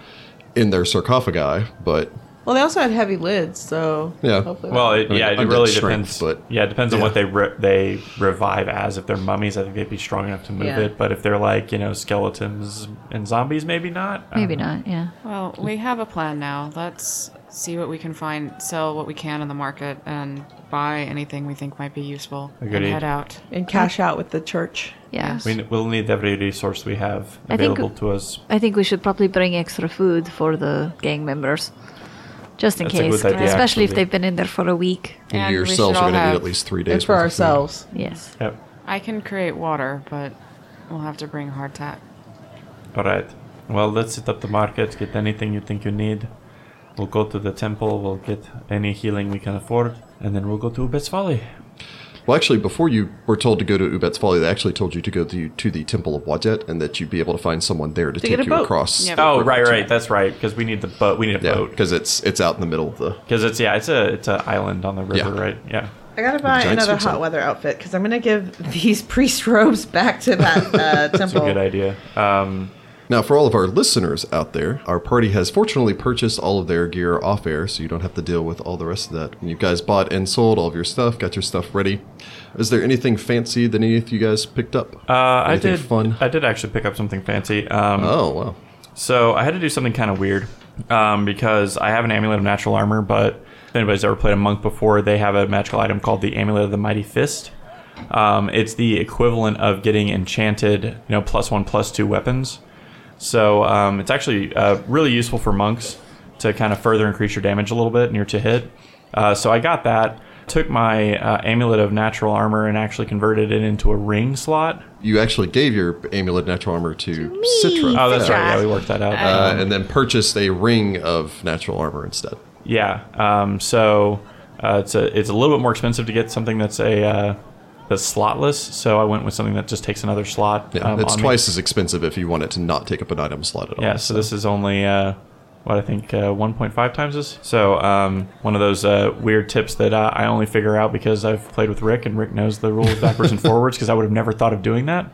S1: in their sarcophagi. But
S2: Well, they also had heavy lids, so
S1: Yeah.
S2: Hopefully
S5: Well, it,
S1: I mean,
S5: yeah, it
S1: undead
S5: really
S1: strength,
S5: depends.
S1: but-
S5: yeah, it depends on
S1: Yeah.
S5: what they re- they revive as. If they're mummies, I think they'd be strong enough to move
S2: Yeah.
S5: it. But if they're like you know skeletons and zombies, maybe not. I don't
S3: Maybe
S5: know.
S3: not. Yeah.
S4: Well, we have a plan now. Let's see what we can find, sell what we can in the market, and buy anything we think might be useful. And
S5: Agreed.
S4: head out.
S2: and cash out with the church.
S3: Yeah.
S4: Yes.
S5: We n- we'll need every resource we have
S3: I think-
S5: available to us.
S3: I think we should probably bring extra food for the gang members, just in
S5: That's a
S3: case,
S5: good idea,
S3: especially if
S5: actually.
S3: they've been in there for a week.
S1: And,
S4: And
S1: you
S4: we should
S1: yourselves
S4: all
S1: are going to
S4: have-
S1: need at least three days
S2: It's for
S1: worth of food.
S2: ourselves.
S3: Yes.
S5: Yep.
S4: I can create water, but we'll have to bring hardtack.
S5: All right. Well, let's hit up the market, get anything you think you need. We'll go to the temple. We'll get any healing we can afford, and then we'll go to Ubet's Folly.
S1: Well, actually, before you were told to go to Ubet's Folly, they actually told you to go to, to the Temple of Wajet and that you'd be able to find someone there to,
S2: get
S1: take
S2: a
S1: you
S2: boat.
S1: across.
S4: Yeah.
S5: Oh, right, right. That's right. Because we need the boat. We need a
S1: Yeah,
S5: boat.
S1: because it's it's out in the middle of the.
S5: Because it's yeah, it's a it's an island on the river,
S1: Yeah.
S5: right? Yeah.
S2: I gotta buy
S1: giant
S2: another
S1: suits
S2: hot
S1: on.
S2: weather outfit because I'm gonna give [laughs] these priest robes back to
S5: [laughs]
S2: that uh,
S5: It's a
S2: temple.
S5: good idea. Um,
S1: Now, for all of our listeners out there, our party has fortunately purchased all of their gear off air, so you don't have to deal with all the rest of that. You guys bought and sold all of your stuff, got your stuff ready. Is there anything fancy that any of you guys picked up?
S5: uh, I
S1: Anything
S5: did.
S1: fun?
S5: I did actually pick up something fancy. Um,
S1: oh wow!
S5: So I had to do something kind of weird um, because I have an amulet of natural armor, but if anybody's ever played a monk before, they have a magical item called the amulet of the mighty fist. Um, it's the equivalent of getting enchanted, you know, plus one, plus two weapons. So um, it's actually uh, really useful for monks to kind of further increase your damage a little bit near to hit. Uh, so I got that, took my uh, amulet of natural armor, and actually converted it into a ring slot.
S1: You actually gave your amulet natural armor to, Citra,
S5: Oh, that's
S1: yeah. [laughs]
S5: right. Yeah, we worked that out.
S1: Uh, and then purchased a ring of natural armor instead.
S5: Yeah. Um, so uh, it's a it's a little bit more expensive to get something that's a uh, that's slotless. So I went with something that just takes another slot.
S1: Yeah,
S5: um,
S1: it's
S5: on me.
S1: twice as expensive if you want it to not take up an item slot at all.
S5: Yeah. So this is only uh, what I think uh, 1.5 times this. So um, one of those uh, weird tips that uh, I only figure out because I've played with Rick and Rick knows the rules backwards and forwards because I would have never thought of doing that.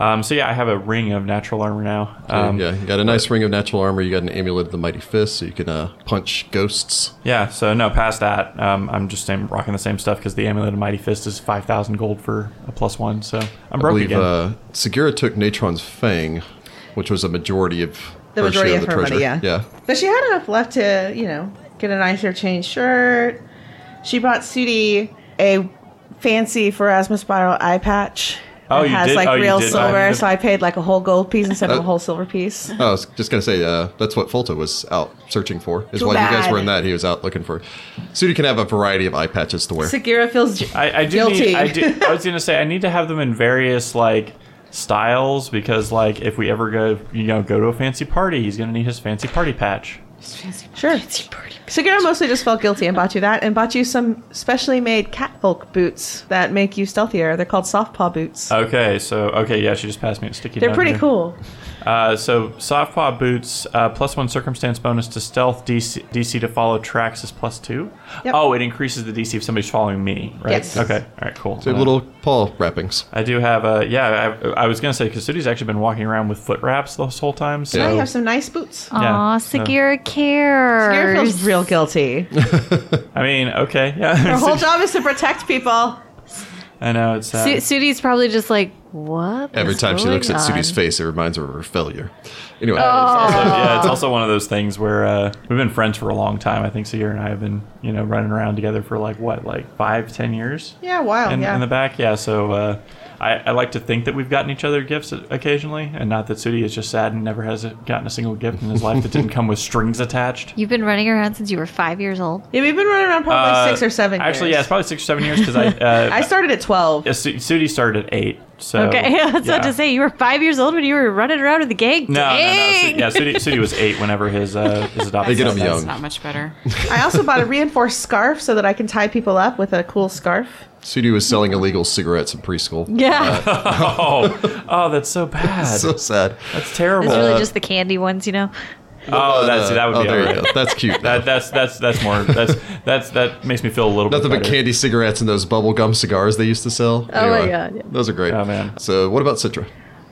S5: Um, so yeah, I have a ring of natural armor now. Um,
S1: yeah, you got a nice ring of natural armor. You got an amulet of the mighty fist, so you can uh, punch ghosts.
S5: Yeah, so no, past that, um, I'm just same, rocking the same stuff because the amulet of mighty fist is five thousand gold for a plus one. So I'm
S1: I
S5: broke
S1: believe
S5: again.
S1: uh, Segura took Natron's fang, which was a majority of
S2: The
S1: her
S2: majority
S1: share
S2: of her money, yeah.
S1: Yeah,
S2: But she had enough left to, you know, get a nicer change shirt. She bought Sudie a fancy Pharasma Spiral eye patch.
S5: Oh,
S2: it
S5: you
S2: has
S5: did-
S2: like
S5: oh, you
S2: real
S5: did buy
S2: silver,
S5: him the-
S2: so I paid like a whole gold piece instead of a
S1: Oh.
S2: whole silver piece.
S1: I was just gonna say uh, that's what Folta was out searching for. Is
S2: Too
S1: why you guys
S2: bad.
S1: were in that. He was out looking for. Sudi can have a variety of eye patches to wear.
S2: Segura feels j-
S5: [laughs] I, I do
S2: guilty.
S5: Need, I do. I was gonna say I need to have them in various like styles because like if we ever go you know go to a fancy party, he's gonna need his fancy party patch.
S2: [laughs] Sure. Segura mostly just felt guilty and bought you that, and bought you some specially made catfolk boots that make you stealthier. They're called soft paw
S5: Oh,
S2: boots.
S5: Okay, so okay, yeah, she just passed me a sticky.
S2: They're
S5: note
S2: pretty
S5: here.
S2: cool.
S5: Uh, so soft paw boots uh, plus one circumstance bonus to stealth DC, DC to follow tracks is plus two.
S2: Yep.
S5: Oh, it increases the DC if somebody's following me, right?
S2: Yes.
S5: Okay. All right. Cool.
S1: They're
S5: Uh,
S1: little paw wrappings.
S5: I do have a yeah. I, I was gonna say Kasudi's actually been walking around with foot wraps this whole time. So
S2: I
S1: Yeah.
S2: have some nice boots.
S5: Yeah.
S3: Aw, Sagira cares.
S2: Segura feels real guilty. [laughs]
S5: I mean, okay, yeah.
S2: Her whole job is to protect people.
S5: [laughs] I know it's uh,
S3: Su- Sudi's probably just like, what?
S1: Every
S3: is
S1: time she looks at
S3: going
S1: Sudi's
S3: on?"
S1: face, it reminds her of her failure. Anyway,
S2: Oh.
S5: also, yeah. It's also one of those things where uh, we've been friends for a long time. I think Sagira and I have been you know running around together for like what like five ten years.
S2: Yeah, wow.
S5: in,
S2: Oh, yeah.
S5: in the back. Yeah, so uh, I, I like to think that we've gotten each other gifts occasionally, and not that Sudi is just sad and never has gotten a single gift in his life that didn't come with strings attached.
S3: You've been running around since you were five years old.
S2: yeah, we've been running around [laughs] probably
S5: Uh,
S2: six or seven
S5: Actually, yeah,
S2: years.
S5: it's probably six or seven years because
S2: [laughs]
S5: I, uh,
S2: I started at 12.
S5: yeah, Su- Sudi started at eight. So
S3: Okay, [laughs] I was about to say you were five years old when you were running around with the gang.
S5: No,
S3: Dang.
S5: no, no. Su- yeah, Sudi, Sudi was eight whenever his uh, his adopted.
S1: They get 'em
S5: son-
S1: young.
S4: It's not much better.
S2: I also
S5: [laughs]
S2: bought a reinforced scarf so that I can tie people up with a cool scarf.
S1: Sudi was selling illegal cigarettes in preschool.
S3: [laughs] Yeah,
S5: Oh, oh, that's so bad.
S1: [laughs] So sad.
S5: That's terrible.
S3: it's really just the candy ones, you know.
S5: oh, that's that would
S1: oh,
S5: be
S1: there you
S5: alright.
S1: go. That's
S5: [laughs]
S1: cute.
S5: That, that's that's that's more that's that's that makes me feel a little
S1: Nothing
S5: bit
S1: but
S5: better.
S1: candy cigarettes and those bubblegum cigars they used to sell.
S3: Oh my God, yeah.
S1: Those are great.
S5: Oh, man.
S1: So, what about Citra?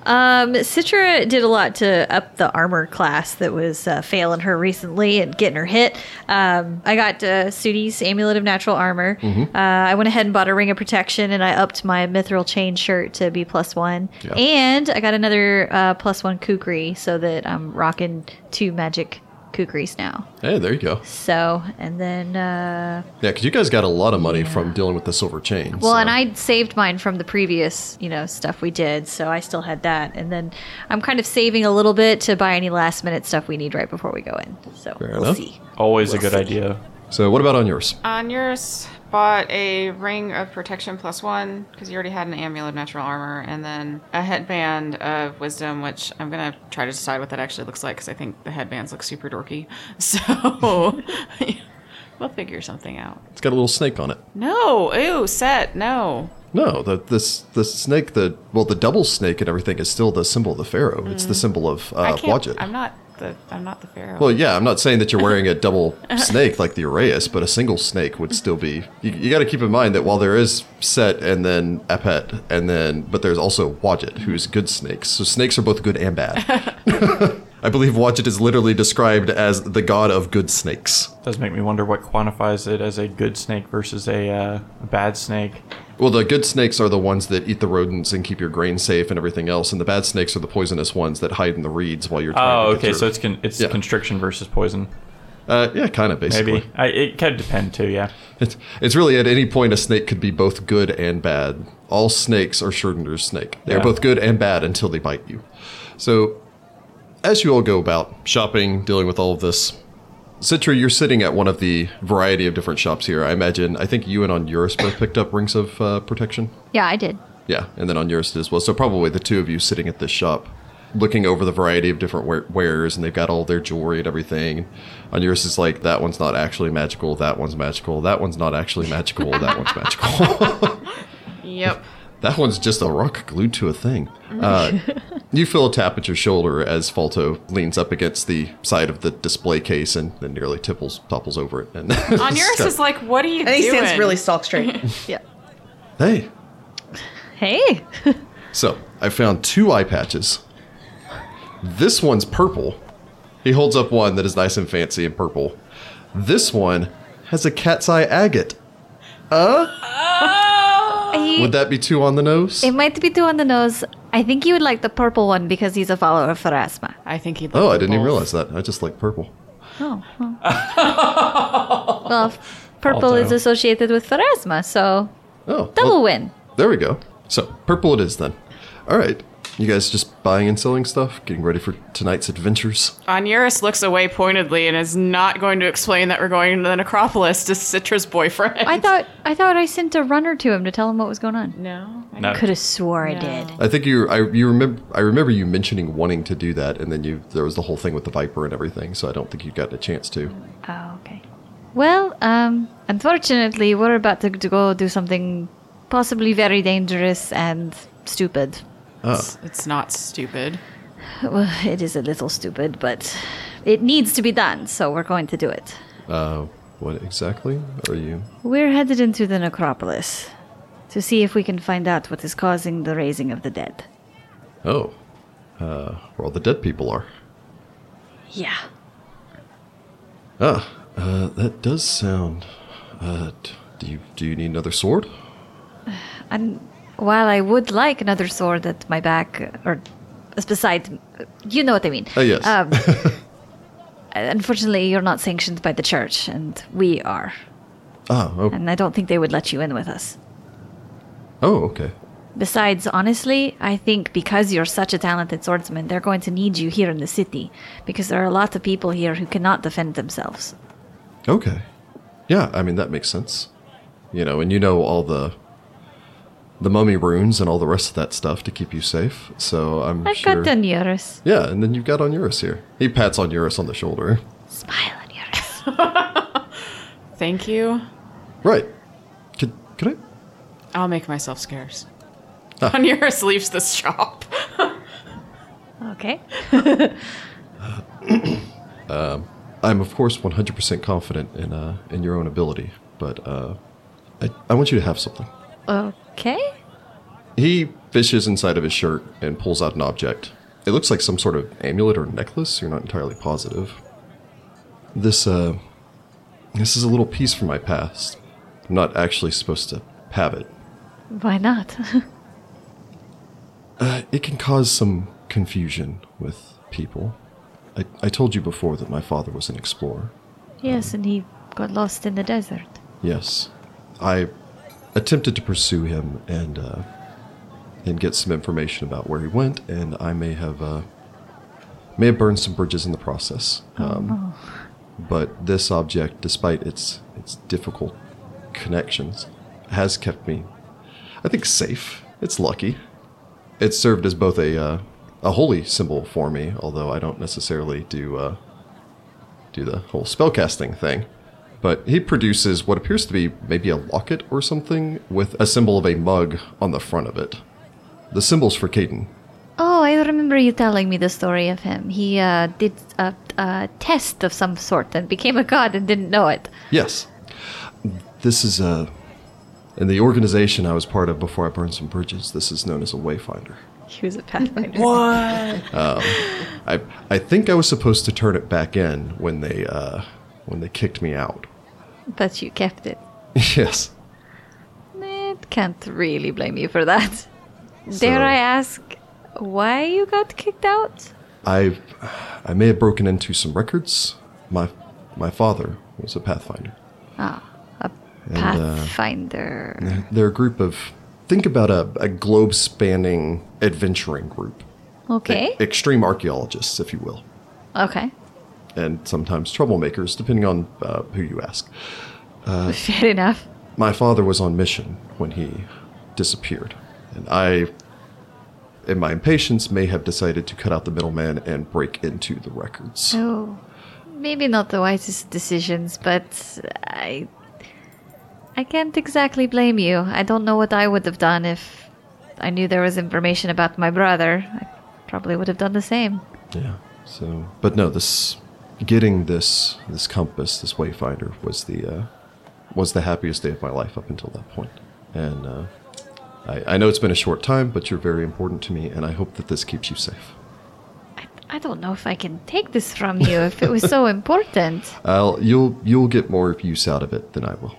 S3: Um, Citra did a lot to up the armor class that was uh, failing her recently and getting her hit. Um, I got uh, Sudi's Amulet of Natural Armor. Uh, I went ahead and bought a Ring of Protection, and I upped my Mithril Chain shirt to be plus one.
S1: Yeah.
S3: And I got another uh, plus one Kukri, so that I'm rocking two magic Kukris now.
S1: Hey, there you go.
S3: So, and then. Uh,
S1: Yeah, because you guys got a lot of money from dealing with the silver chain.
S3: well,
S1: so-
S3: and I saved mine from the previous, you know, stuff we did, so I still had that. And then I'm kind of saving a little bit to buy any last minute stuff we need right before we go in. So we'll
S1: enough.
S3: see.
S5: Always a good idea.
S1: So, what about on yours?
S4: On yours, bought a ring of protection plus one because you already had an amulet of natural armor, and then a headband of wisdom, which I'm gonna try to decide what that actually looks like because I think the headbands look super dorky. [laughs] So [laughs] we'll figure something out.
S1: It's got a little snake on it.
S4: No, ew, set, no.
S1: No, the this the snake, the well, the double snake and everything is still the symbol of the pharaoh. It's
S3: Mm.
S1: the symbol of
S4: I
S1: uh,
S4: can't.
S1: Wadjet.
S4: I'm not the. I'm not the pharaoh.
S1: Well, yeah, I'm not saying that you're wearing a double snake like the Uraeus, but a single snake would still be. You, you got to keep in mind that while there is Set and then Apet and then, but there's also Wadjet, who's good snakes. So snakes are both good and bad. [laughs] I believe Wadjet is literally described as the god of good snakes.
S5: Does make me wonder what quantifies it as a good snake versus a, uh, a bad snake.
S1: Well, the good snakes are the ones that eat the rodents and keep your grain safe and everything else, and the bad snakes are the poisonous ones that hide in the reeds while you're. Trying
S5: Oh,
S1: to get
S5: okay.
S1: through.
S5: So it's con- it's
S1: Yeah.
S5: constriction versus poison.
S1: uh, yeah, kind of basically.
S5: Maybe I, it could depend too. Yeah.
S1: It's, it's really at any point a snake could be both good and bad. All snakes are Schrodinger's snake. They're
S5: Yeah.
S1: both good and bad until they bite you. So, as you all go about shopping, dealing with all of this, Citra, you're sitting at one of the variety of different shops here. I imagine, I think you and on yours both picked up rings of uh, protection.
S3: Yeah, I did.
S1: Yeah, and then on yours as well. So probably the two of you sitting at this shop, looking over the variety of different wa- wares, and they've got all their jewelry and everything. On yours is like that one's not actually magical, that one's magical, that one's not actually magical, that one's magical. [laughs]
S4: Yep.
S1: that one's just a rock glued to a thing. Uh, you feel a tap at your shoulder as Falto leans up against the side of the display case and then nearly tipples, topples over it. And
S4: On
S1: [laughs]
S4: yours is like, what are you
S2: And he
S4: doing?
S2: stands really stalk straight.
S3: Yeah.
S1: hey.
S3: Hey.
S1: So I found two eye patches. This one's purple. He holds up one that is nice and fancy and purple. This one has a cat's eye agate. Would that be two on the nose?
S3: it might be two on the nose. I think you would like the purple one because he's a follower of Pharasma.
S4: I think he.
S1: Oh, I didn't even realize that. I just like purple.
S3: Oh. Well, [laughs] well f- purple
S5: Alto.
S3: is associated with Pharasma, so
S1: Oh, well,
S3: double win.
S1: There we go. So purple it is then. All right. You guys just buying and selling stuff, getting ready for tonight's adventures.
S4: Onuris looks away pointedly and is not going to explain that we're going to the necropolis to Citra's boyfriend.
S3: I thought I thought I sent a runner to him to tell him what was going on.
S4: No.
S5: No.
S3: Could have swore I did.
S1: I think you I you remember I remember you mentioning wanting to do that, and then you there was the whole thing with the viper and everything. So I don't think you got a chance to.
S3: Oh, okay. Well, um, unfortunately, we're about to, to go do something possibly very dangerous and stupid.
S1: Ah.
S4: It's, it's not stupid.
S3: Well, [laughs] it is a little stupid, but it needs to be done, so we're going to do it.
S1: Uh, what exactly are you?
S3: We're headed into the necropolis to see if we can find out what is causing the raising of the dead.
S1: Oh, uh, where all the dead people are.
S3: Yeah.
S1: Ah, uh, that does sound. Uh, d- do you do you need another sword?
S3: And while I would like another sword at my back, or beside, you know what I mean.
S1: Oh, yes.
S3: Um, unfortunately, you're not sanctioned by the church, and we are.
S1: Ah, oh,
S3: And I don't think they would let you in with us.
S1: oh, okay.
S3: Besides, honestly, I think because you're such a talented swordsman, they're going to need you here in the city, because there are a lot of people here who cannot defend themselves.
S1: Okay. Yeah, I mean that makes sense. You know, and you know all the the mummy runes and all the rest of that stuff to keep you safe. So I'm
S3: I've
S1: sure.
S3: got done Eurus.
S1: yeah, and then you've got Onuris here. He pats Onuris on the shoulder.
S3: Smile on [laughs] Eurus.
S4: Thank you.
S1: Right. Could could I
S4: I'll make myself scarce. [laughs] Onuris leaves the shop.
S3: okay.
S1: I'm of course 100% confident in uh, in your own ability, but uh, I, I want you to have something.
S3: Okay.
S1: He fishes inside of his shirt and pulls out an object. It looks like some sort of amulet or necklace. You're not entirely positive. This, uh, this is a little piece from my past. I'm not actually supposed to have it.
S3: Why not? [laughs]
S1: Uh, it can cause some confusion with people. I, I told you before that my father was an explorer.
S3: yes, and he got lost in the desert.
S1: Yes, I attempted to pursue him and uh, and get some information about where he went, and I may have uh, may have burned some bridges in the process. Um, But this object, despite its its difficult connections, has kept me, I think, safe. It's lucky. It served as both a uh, a holy symbol for me, although I don't necessarily do. Uh, do the whole spellcasting thing. But he produces what appears to be maybe a locket or something with a symbol of a mug on the front of it. The symbol's for Caden.
S3: Oh, I remember you telling me the story of him. He uh, did a, a test of some sort and became a god and didn't know it.
S1: Yes. This is a. In the organization I was part of before I burned some bridges, this is known as a wayfinder.
S3: He was a pathfinder.
S5: What?
S1: I, I think I was supposed to turn it back in when they uh, when they kicked me out. [laughs]
S3: But you kept it.
S1: yes.
S3: It can't really blame you for that. Dare
S1: So-
S3: I ask why you got kicked out?
S1: I I may have broken into some records. My my father was a pathfinder.
S3: A
S1: And, uh,
S3: pathfinder.
S1: They're a group of think about a, a globe spanning adventuring group.
S3: okay.
S1: E- extreme archaeologists, if you will.
S3: okay. [laughs]
S1: And sometimes troublemakers, depending on uh, who you ask.
S3: Fair enough.
S1: My father was on mission when he disappeared. And I, in my impatience, may have decided to cut out the middleman and break into the records.
S3: So, maybe not the wisest decisions, but I. I can't exactly blame you. I don't know what I would have done if I knew there was information about my brother. I probably would have done the same.
S1: Yeah. So, but no, this getting this this compass, this wayfinder was the uh, was the happiest day of my life up until that point. And uh, I, I know it's been a short time, but you're very important to me, and I hope that this keeps you safe.
S3: I, I don't know if I can take this from you if it was
S1: [laughs]
S3: so important.
S1: I'll, you'll you'll get more use out of it than I will.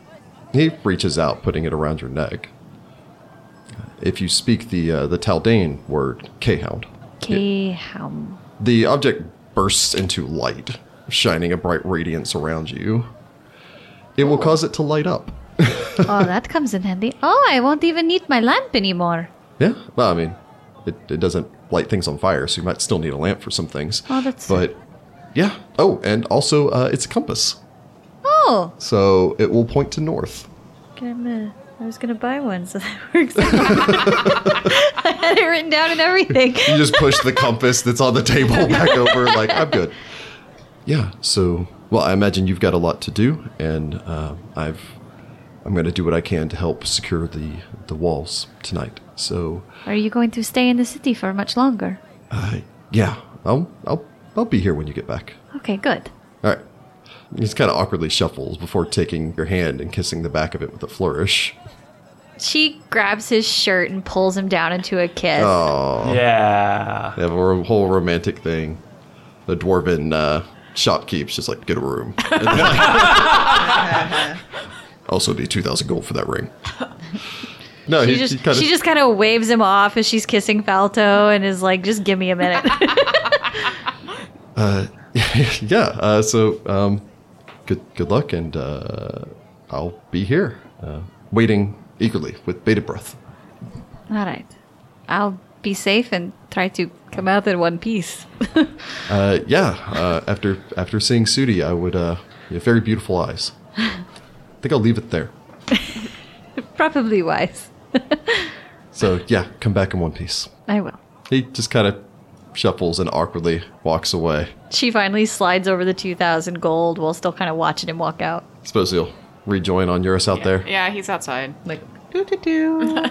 S1: He reaches out, putting it around your neck. If you speak the uh, the Taldane word, K-hound,
S3: Okay, um,
S1: The object bursts into light, shining a bright radiance around you. It will cause it to light up.
S3: oh, that comes in handy. Oh, I won't even need my lamp anymore.
S1: Yeah, well, I mean, it, it doesn't light things on fire, so you might still need a lamp for some things.
S3: Oh, that's-
S1: But yeah. Oh, and also uh, it's a compass,
S3: Oh,
S1: so it will point to north.
S3: I'm, uh, I was gonna buy one, so [laughs] that works. out. I had it written down and everything.
S1: You just push the compass that's on the table back over. Like I'm good. Yeah. So, well, I imagine you've got a lot to do, and uh, I've I'm going to do what I can to help secure the the walls tonight. So,
S3: Are you going to stay in the city for much longer?
S1: uh, yeah, I'll I'll I'll be here when you get back.
S3: Okay, good.
S1: All right. He's kind of awkwardly shuffles before taking your hand and kissing the back of it with a flourish.
S3: She grabs his shirt and pulls him down into a kiss.
S1: Oh,
S5: Yeah.
S1: they have a ro- whole romantic thing. The dwarven uh, shopkeep's just like, get a room. [laughs] And then, like- [laughs] also, need 2,000 gold for that ring. No,
S3: she
S1: he,
S3: just
S1: he kind of.
S3: she just kind of waves him off as she's kissing Falto and is like, "Just give me a [laughs] minute."
S1: yeah, uh, so um, good, good luck, and uh, I'll be here, uh, waiting eagerly with bated breath.
S3: All right, I'll be safe and try to come out in one piece. [laughs]
S1: Uh, yeah, uh, after after seeing Sudi, I would. Uh, you have very beautiful eyes. I think I'll leave it there.
S3: Probably wise.
S1: So yeah, come back in one piece.
S3: I will.
S1: He just kind of shuffles and awkwardly walks away.
S3: She finally slides over the 2,000 gold while still kind of watching him walk out.
S1: Suppose he'll rejoin on Eurus out there.
S4: Yeah, he's outside.
S2: Like doo doo doo.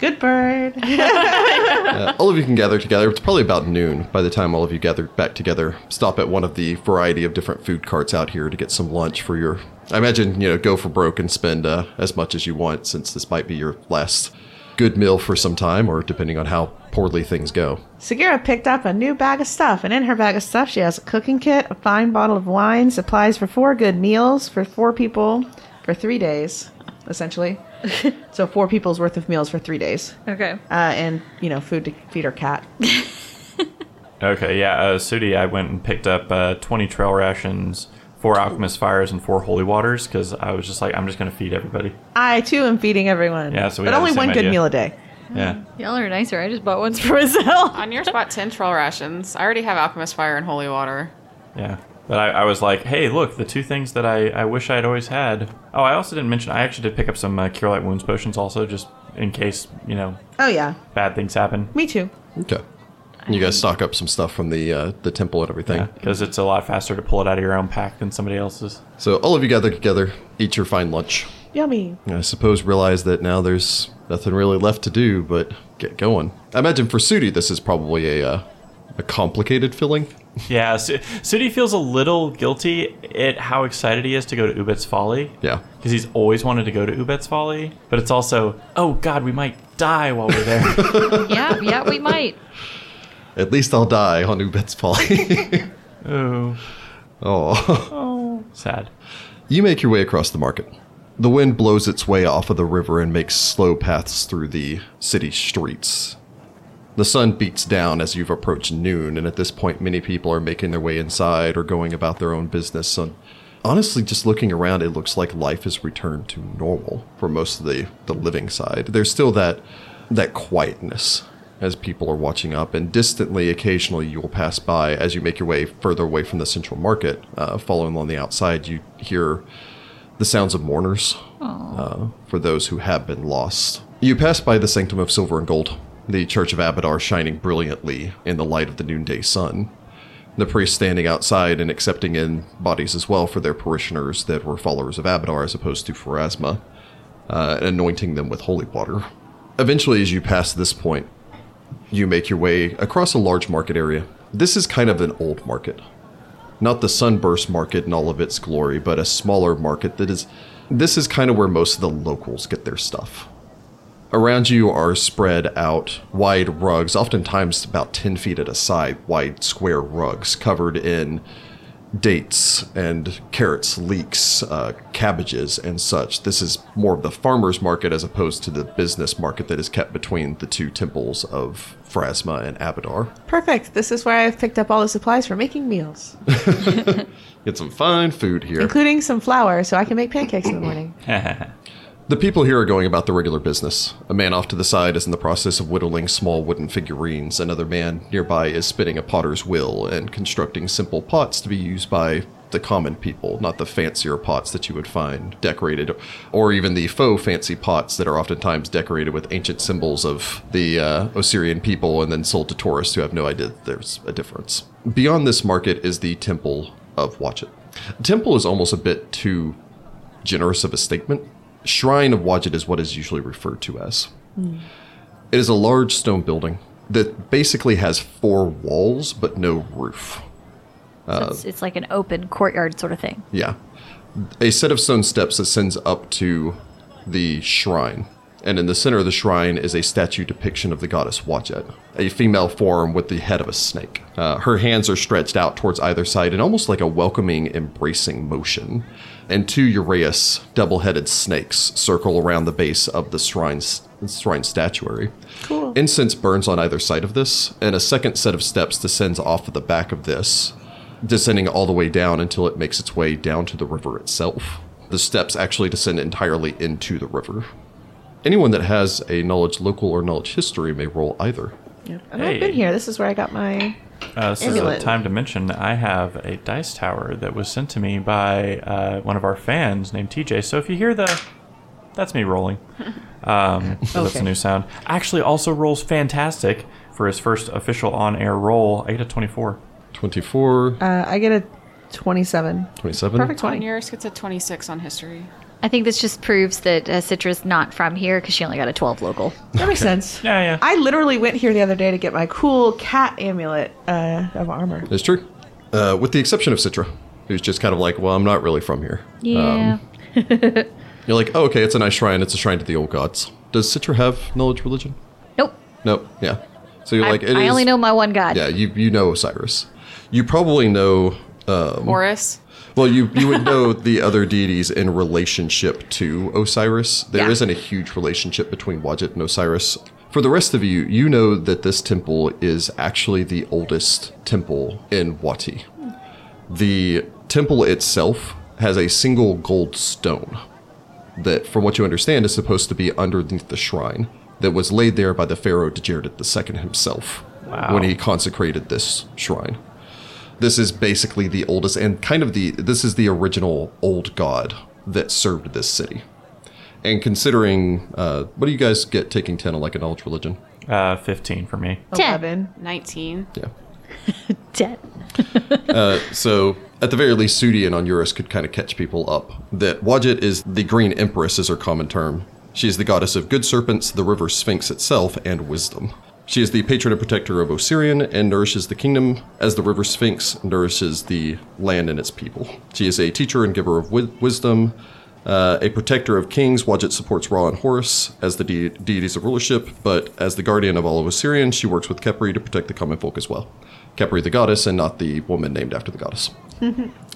S2: Good bird.
S1: Uh, all of you can gather together. It's probably about noon by the time all of you gather back together. Stop at one of the variety of different food carts out here to get some lunch for your. I imagine you know go for broke and spend uh, as much as you want since this might be your last good meal for some time, or depending on how poorly things go.
S2: Segura picked up a new bag of stuff, and in her bag of stuff, she has a cooking kit, a fine bottle of wine, supplies for four good meals for four people for three days, essentially. so, four people's worth of meals for three days,
S3: Okay.
S2: uh, and, you know, food to feed her cat.
S5: Okay, yeah, uh, Sudi, I went and picked up uh, 20 trail rations, four alchemist fires, and four holy waters because I was just like, I'm just going to feed everybody.
S2: I, too, am feeding everyone.
S5: Yeah, so we
S2: But
S5: had the
S2: only
S5: same
S2: one good
S5: idea.
S2: meal a day.
S5: Yeah.
S3: Y'all are nicer. I just bought ones [laughs] for myself.
S4: On your spot, 10 troll rations. I already have alchemist fire and holy water.
S5: Yeah. But I, I was like, hey, look, the two things that I, I wish I'd always had. Oh, I also didn't mention, I actually did pick up some uh, Cure Light Wounds potions also, just in case, you know,
S2: Oh, yeah.
S5: bad things happen.
S2: Me, too.
S1: Okay. You guys stock up some stuff from the uh, the temple and everything.
S5: Because it's a lot faster to pull it out of your own pack than somebody else's.
S1: So all of you gather together, eat your fine lunch.
S2: Yummy.
S1: I suppose realize that now there's nothing really left to do but get going. I imagine for Sudi, this is probably a uh, a complicated filling.
S5: Yeah, Su- Sudi feels a little guilty at how excited he is to go to Ubet's Folly.
S1: Yeah.
S5: Because he's always wanted to go to Ubet's Folly, but it's also, oh god, we might die while we're there.
S3: yeah, yeah, we might.
S1: At least I'll die on Ubet's Folly.
S5: oh,
S1: [laughs] oh.
S5: sad.
S1: You make your way across the market. The wind blows its way off of the river and makes slow paths through the city streets. The sun beats down as you've approached noon, and at this point, many people are making their way inside or going about their own business. And honestly, just looking around, it looks like life has returned to normal for most of the, the living side. There's still that that quietness as people are watching up, and distantly, occasionally, you will pass by as you make your way further away from the central market. Uh, following along the outside, you hear the sounds of mourners uh, for those who have been lost. You pass by the Sanctum of Silver and Gold, the Church of Abadar shining brilliantly in the light of the noonday sun. The priests standing outside and accepting in bodies as well for their parishioners that were followers of Abadar as opposed to Pharasma, uh, and anointing them with holy water. Eventually, as you pass this point, you make your way across a large market area. This is kind of an old market not the sunburst market in all of its glory, but a smaller market that is this is kind of where most of the locals get their stuff. Around you are spread out wide rugs, oftentimes about 10 feet at a side, wide square rugs covered in dates and carrots, leeks, uh, cabbages, and such. This is more of the farmer's market as opposed to the business market that is kept between the two temples of Phrasma and Abadar.
S2: Perfect. This is where I picked up all the supplies for making
S5: [laughs]
S2: meals,
S1: Get some fine food here.
S2: including some flour so I can make pancakes in the
S5: [laughs]
S2: morning.
S1: The people here are going about their regular business. A man off to the side is in the process of whittling small wooden figurines. Another man nearby is spinning a potter's wheel and constructing simple pots to be used by the common people, not the fancier pots that you would find decorated, or even the faux fancy pots that are oftentimes decorated with ancient symbols of the uh, Osirian people and then sold to tourists who have no idea that there's a difference. Beyond this market is the Temple of Watchet. Temple is almost a bit too generous of a statement. Shrine of Wajid is what is usually referred to as. It is a large stone building that basically has four walls but no roof. Uh,
S3: So it's, it's like an open courtyard sort of thing.
S1: Yeah. A set of stone steps that sends up to the shrine. And in the center of the shrine is a statue depiction of the goddess Wajet, a female form with the head of a snake. Uh, her hands are stretched out towards either side in almost like a welcoming, embracing motion. And two Uraeus, double headed snakes, circle around the base of the shrine's, shrine statuary. Cool. Incense burns on either side of this, and a second set of steps descends off of the back of this descending all the way down until it makes its way down to the river itself. The steps actually descend entirely into the river. Anyone that has a knowledge local or knowledge history may roll either.
S2: Yep. And I've been
S5: Hey.
S2: here. This is where I got my.
S5: Uh, this is a
S2: Amulet.
S5: time to mention I have a dice tower that was sent to me by uh, one of our fans named TJ. So if you hear the, that's me rolling. Um, so That's a
S2: Okay.
S5: new sound. Actually, also rolls fantastic for his first official on-air roll. I get a twenty-four.
S1: 24,
S2: Uh, I get a 27.
S1: 27.
S2: Perfect
S4: On
S2: 20.
S4: yours gets a 26 on history.
S3: I think this just proves that uh, Citra's not from here because she only got a 12 local.
S2: That makes sense.
S5: Yeah, yeah.
S2: I literally went here the other day to get my cool cat amulet uh, of armor.
S1: It's true. Uh, with the exception of Citra, who's just kind of like, well, I'm not really from here.
S3: Yeah.
S1: You're like, oh, okay, it's a nice shrine. It's a shrine to the old gods. Does Citra have knowledge religion?
S3: Nope.
S1: Nope. Yeah. So you're
S3: I,
S1: like, it
S3: I
S1: is-
S3: only know my one god.
S1: Yeah, you you know Osiris. You probably know.
S5: Oh.
S1: Um,
S4: Horus.
S1: well, you you would know the other deities in relationship to Osiris. There
S3: Yeah.
S1: not a huge relationship between Wajet and Osiris. For the rest of you, you know that this temple is actually the oldest temple in Wati. The temple itself has a single gold stone that, from what you understand, is supposed to be underneath the shrine that was laid there by the pharaoh Djerdit II himself
S5: Wow.
S1: when he consecrated this shrine. This is basically the oldest and kind of the this is the original old god that served this city. And considering, uh, what do you guys get taking ten on like a knowledge religion?
S5: Uh, 15 for me.
S3: Ten.
S2: 11.
S4: 19.
S1: Yeah.
S3: Dead.
S1: So at the very least, Sudi and Onuris could kind of catch people up. That Wajet is the Green Empress is her common term. She is the goddess of good serpents, the river Sphinx itself, and wisdom. She is the patron and protector of Osirian and nourishes the kingdom as the river Sphinx nourishes the land and its people. She is a teacher and giver of wi- wisdom, uh, a protector of kings. Wajet supports Ra and Horus as the de- deities of rulership, but as the guardian of all of Osirian, she works with Kepri to protect the common folk as well. Kepri, the goddess, and not the woman named after the goddess.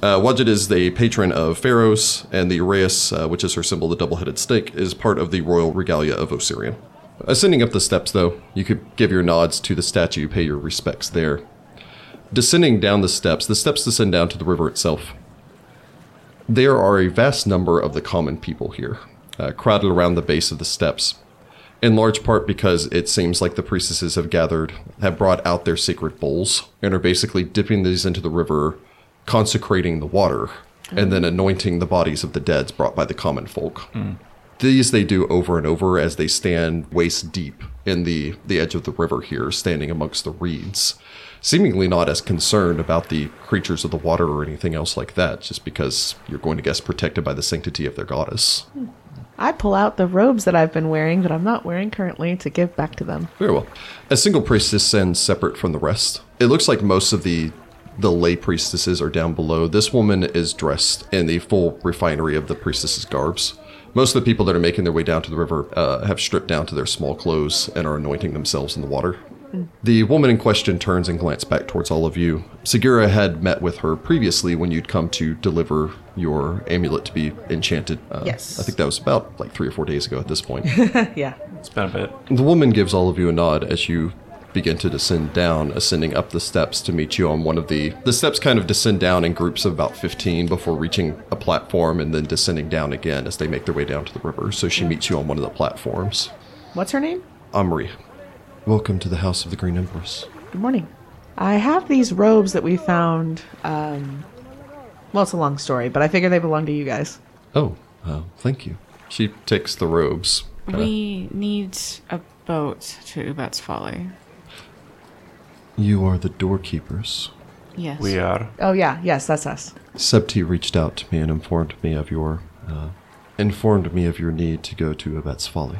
S1: Uh, Wajet is the patron of Pharaohs, and the Uraeus, uh, which is her symbol, the double headed snake, is part of the royal regalia of Osirian. Ascending up the steps, though, you could give your nods to the statue, pay your respects there. Descending down the steps, the steps descend down to the river itself. There are a vast number of the common people here, uh, crowded around the base of the steps, in large part because it seems like the priestesses have gathered, have brought out their sacred bowls, and are basically dipping these into the river, consecrating the water, and then anointing the bodies of the dead brought by the common folk. These they do over and over as they stand waist deep in the, the edge of the river here, standing amongst the reeds, seemingly not as concerned about the creatures of the water or anything else like that, just because you're going to guess protected by the sanctity of their goddess.
S2: I pull out the robes that I've been wearing that I'm not wearing currently to give back to them. [laughs]
S1: Very well. A single priestess stands separate from the rest. It looks like most of the the lay priestesses are down below. This woman is dressed in the full refinery of the priestesses' garbs. Most of the people that are making their way down to the river uh, have stripped down to their small clothes and are anointing themselves in the water. The woman in question turns and glances back towards all of you. Segura had met with her previously when you'd come to deliver your amulet to be enchanted. Uh,
S2: Yes.
S1: I think that was about like three or four days ago at this point.
S2: yeah.
S5: It's been a bit.
S1: The woman gives all of you a nod as you begin to descend down, ascending up the steps to meet you on one of the. The steps kind of descend down in groups of about 15 before reaching a platform and then descending down again as they make their way down to the river. So she meets you on one of the platforms.
S2: What's her name?
S1: Amri, welcome to the House of the Green Empress.
S2: Good morning. I have these robes that we found. Um, well, it's a long story, but I figure they belong to you guys.
S1: Oh, uh, thank you. She takes the robes. kinda-
S4: We need a boat to Ubet's Folly.
S1: You are the doorkeepers.
S4: Yes.
S5: We uh, are.
S2: Oh, yeah. Yes, that's us.
S1: Septi reached out to me and informed me of your uh, informed me of your need to go to Abet's Folly.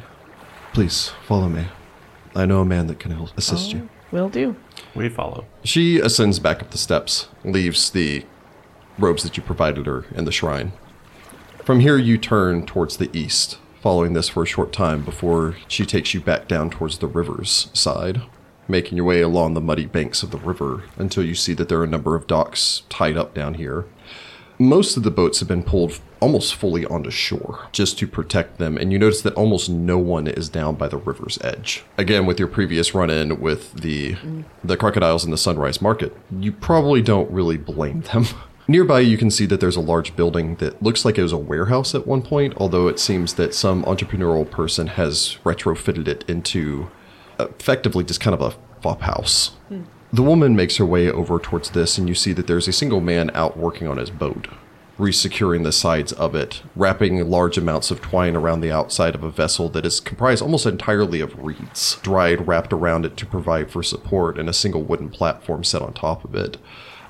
S1: Please follow me. I know a man that can help assist you.
S2: Will do.
S5: We follow.
S1: She ascends back up the steps, leaves the robes that you provided her in the shrine. From here, you turn towards the east, following this for a short time before she takes you back down towards the river's side, making your way along the muddy banks of the river until you see that there are a number of docks tied up down here. Most of the boats have been pulled almost fully onto shore just to protect them, and you notice that almost no one is down by the river's edge. Again, with your previous run-in with the the crocodiles in the Sunrise Market, you probably don't really blame them. [laughs] Nearby, you can see that there's a large building that looks like it was a warehouse at one point, although it seems that some entrepreneurial person has retrofitted it into effectively just kind of a fop house. The woman makes her way over towards this, and you see that there's a single man out working on his boat, resecuring the sides of it, wrapping large amounts of twine around the outside of a vessel that is comprised almost entirely of reeds, dried, wrapped around it to provide for support, and a single wooden platform set on top of it.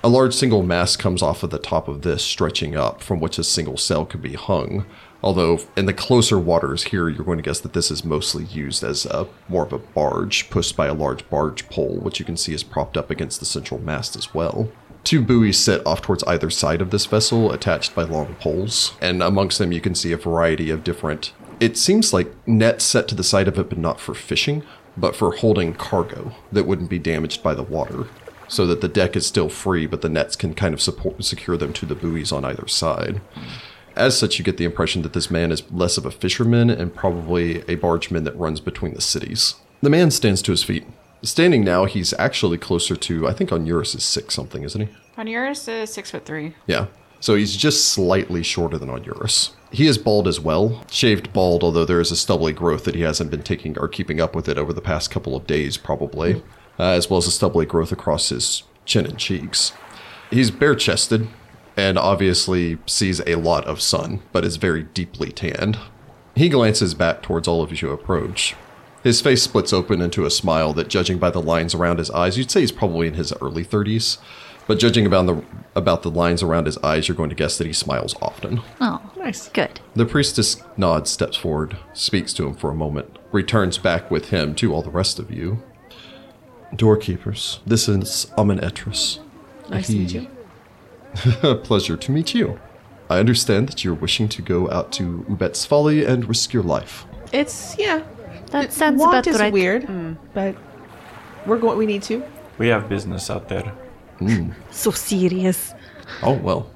S1: A large single mast comes off of the top of this, stretching up, from which a single sail could be hung. Although, in the closer waters here, you're going to guess that this is mostly used as a, more of a barge, pushed by a large barge pole, which you can see is propped up against the central mast as well. Two buoys sit off towards either side of this vessel, attached by long poles, and amongst them you can see a variety of different it seems like nets set to the side of it, but not for fishing, but for holding cargo that wouldn't be damaged by the water, so that the deck is still free, but the nets can kind of support secure them to the buoys on either side. As such, you get the impression that this man is less of a fisherman and probably a bargeman that runs between the cities. The man stands to his feet. Standing now, he's actually closer to, I think, on Eurus is six something, isn't he?
S4: Honduras is six foot three.
S1: Yeah. So he's just slightly shorter than Onuris. He is bald as well, shaved bald, although there is a stubbly growth that he hasn't been taking or keeping up with it over the past couple of days, probably, uh, as well as a stubbly growth across his chin and cheeks. He's bare chested and obviously sees a lot of sun, but is very deeply tanned. He glances back towards all of you who approach. His face splits open into a smile that, judging by the lines around his eyes, you'd say he's probably in his early 30s. But judging about the about the lines around his eyes, you're going to guess that he smiles often.
S3: Oh,
S2: Nice.
S3: good.
S1: The priestess nods, steps forward, speaks to him for a moment, returns back with him to all the rest of you. Doorkeepers, this is Amen Etrus.
S2: Nice to meet you.
S1: [laughs] A pleasure to meet you. I understand that you're wishing to go out to Ubet's Folly and risk your life.
S2: It's yeah.
S3: That sounds
S2: want
S3: about
S2: is
S3: right. Mm.
S2: weird, but we're going. We need to.
S5: We have business out there.
S3: So serious.
S1: Oh, well.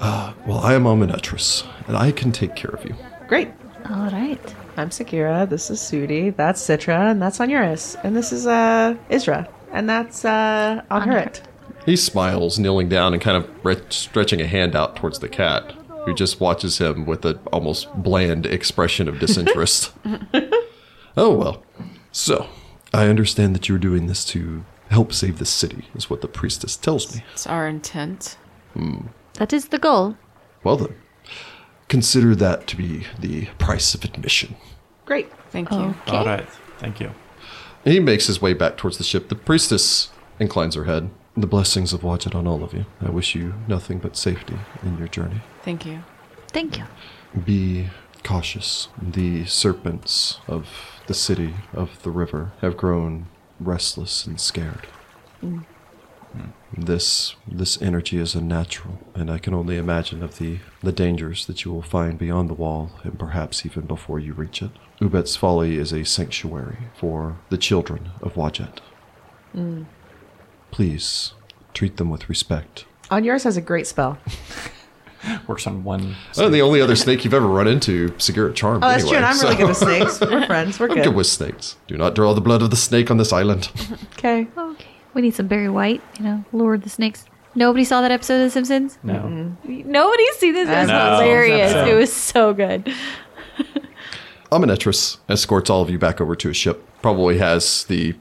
S1: Uh, well, I am Amen Etrus, and I can take care of you.
S2: Great.
S3: All right.
S2: I'm Sakira. This is Sudi. That's Citra, and that's Onuris, and this is uh Isra, and that's uh Onhurit.
S1: He smiles, kneeling down and kind of re- stretching a hand out towards the cat, who just watches him with an almost bland expression of disinterest. oh, well. So, I understand that you're doing this to help save the city, is what the priestess tells me.
S4: It's our intent.
S3: That is the goal.
S1: Well, then, consider that to be the price of admission.
S2: Great.
S4: Thank you.
S3: Okay.
S5: All right. Thank you.
S1: He makes his way back towards the ship. The priestess inclines her head. The blessings of Wajid on all of you. I wish you nothing but safety in your journey.
S4: Thank you.
S3: Thank you.
S1: Be cautious. The serpents of the city, of the river, have grown restless and scared. This this energy is unnatural, and I can only imagine of the, the dangers that you will find beyond the wall, and perhaps even before you reach it. Ubet's Folly is a sanctuary for the children of Wajet. Please treat them with respect.
S2: Onuris has a great spell.
S5: Works on one.
S1: Oh, the only other snake you've ever run into, Segura Charm.
S2: Oh, that's true. And I'm really good with snakes. We're friends. We're
S1: I'm
S2: good.
S1: good with snakes. Do not draw the blood of the snake on this
S3: [laughs]
S1: island.
S2: okay.
S3: Okay. We need some Barry White, you know, Lord of the Snakes. Nobody saw that episode of The Simpsons?
S5: No.
S4: Mm-hmm.
S3: Nobody's seen this. It was
S2: No.
S3: hilarious.
S5: No.
S3: It was so good.
S1: Amenetrus escorts all of you back over to a ship. Probably has the.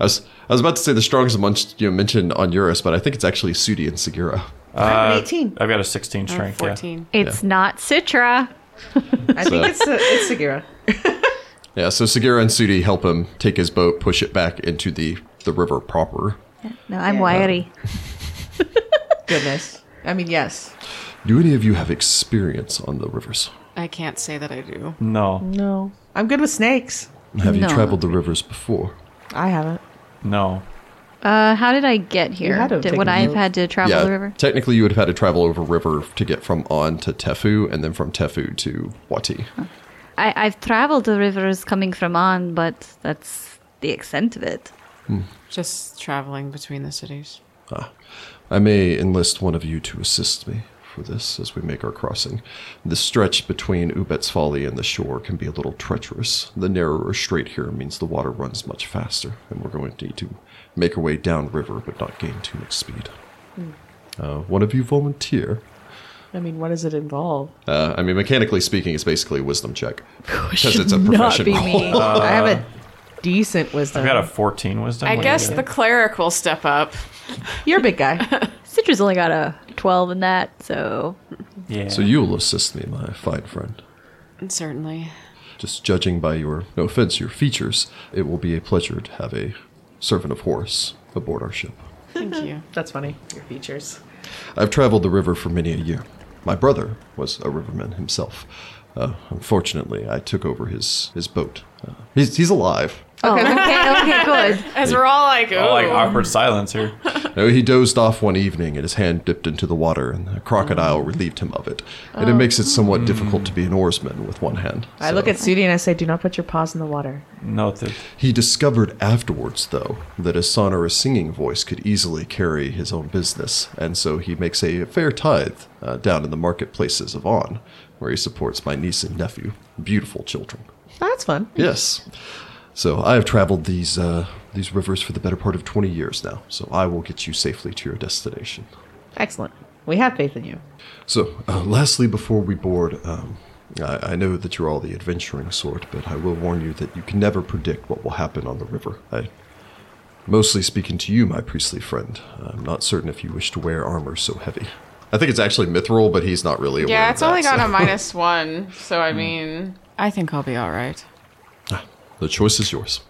S1: I was, I was about to say the strongest amongst you mentioned on Eurus, but I think it's actually Sudi and Segura.
S2: I have an 18.
S5: Uh, I've got a 16
S4: I'm
S5: strength. Yeah.
S4: Fourteen.
S3: It's not Citra.
S2: I think it's uh, it's Sagira.
S1: Yeah, so Segura and Sudi help him take his boat, push it back into the, the river proper.
S3: No, I'm
S2: Yeah.
S3: wiry.
S2: Goodness. I mean, yes.
S1: Do any of you have experience on the rivers?
S4: I can't say that I do.
S5: No.
S2: No. I'm good with snakes.
S1: Have you
S3: No.
S1: traveled the rivers before?
S2: I haven't.
S5: No.
S3: Uh, how did I get here?
S2: had to have
S3: Did, when
S2: taken
S3: I've
S2: notes.
S3: had to travel
S1: yeah,
S3: the river?
S1: technically you would have had to travel over river to get from On to Tefu, and then from Tefu to Wati.
S3: I, I've traveled the rivers coming from on, but that's the extent of it.
S4: Just traveling between the cities.
S1: Ah, I may enlist one of you to assist me for this as we make our crossing. The stretch between Ubet's Folly and the shore can be a little treacherous. The narrower strait here means the water runs much faster, and we're going to need to make our way downriver but not gain too much speed. Uh, one of you volunteer.
S2: I mean, what does it involve?
S1: Uh, I mean, mechanically speaking, it's basically a wisdom check because it's a profession role.
S2: [laughs] I have a decent wisdom.
S5: Uh, I've got a 14 wisdom.
S4: I
S5: What do you
S4: guess
S5: get?
S4: the cleric will step up.
S2: You're a big guy.
S3: Citra's only got a 12 in that, so
S1: [laughs]
S5: Yeah.
S1: So you will assist me, my fine friend.
S4: Certainly.
S1: Just judging by your, no offense, your features, it will be a pleasure to have a servant of Horus aboard our ship.
S4: Thank you.
S2: [laughs] That's funny. Your features.
S1: I've traveled the river for many a year. My brother was a riverman himself. Uh, unfortunately, I took over his, his boat. Uh, he's, he's alive.
S3: [laughs] Oh, okay, okay, good.
S4: [laughs] As we're all like, oh, [laughs]
S5: Oh, like awkward silence here.
S1: No, he dozed off one evening and his hand dipped into the water, and the
S2: Oh.
S1: crocodile relieved him of it. And it makes it somewhat difficult to be an oarsman with one hand.
S2: I look at Sudi and I say, "Do not put your paws in the water."
S5: Noted.
S1: He discovered afterwards, though, that his sonorous singing voice could easily carry his own business, and so he makes a fair tithe uh, down in the marketplaces of On, where he supports my niece and nephew, beautiful children.
S2: That's fun.
S1: Yes. So I have traveled these uh, these rivers for the better part of twenty years now. So I will get you safely to your destination.
S2: Excellent. We have faith in you.
S1: So, uh, lastly, before we board, um, I, I know that you're all the adventuring sort, but I will warn you that you can never predict what will happen on the river. I, mostly speaking to you, my priestly friend, I'm not certain if you wish to wear armor so heavy. I think it's actually mithril, but he's not really aware.
S6: Yeah,
S1: of
S6: it's only
S1: that,
S6: got
S4: [laughs]
S1: so-
S6: a minus one, so
S4: Hmm.
S6: I mean,
S4: I think I'll be all right.
S1: The choice is yours.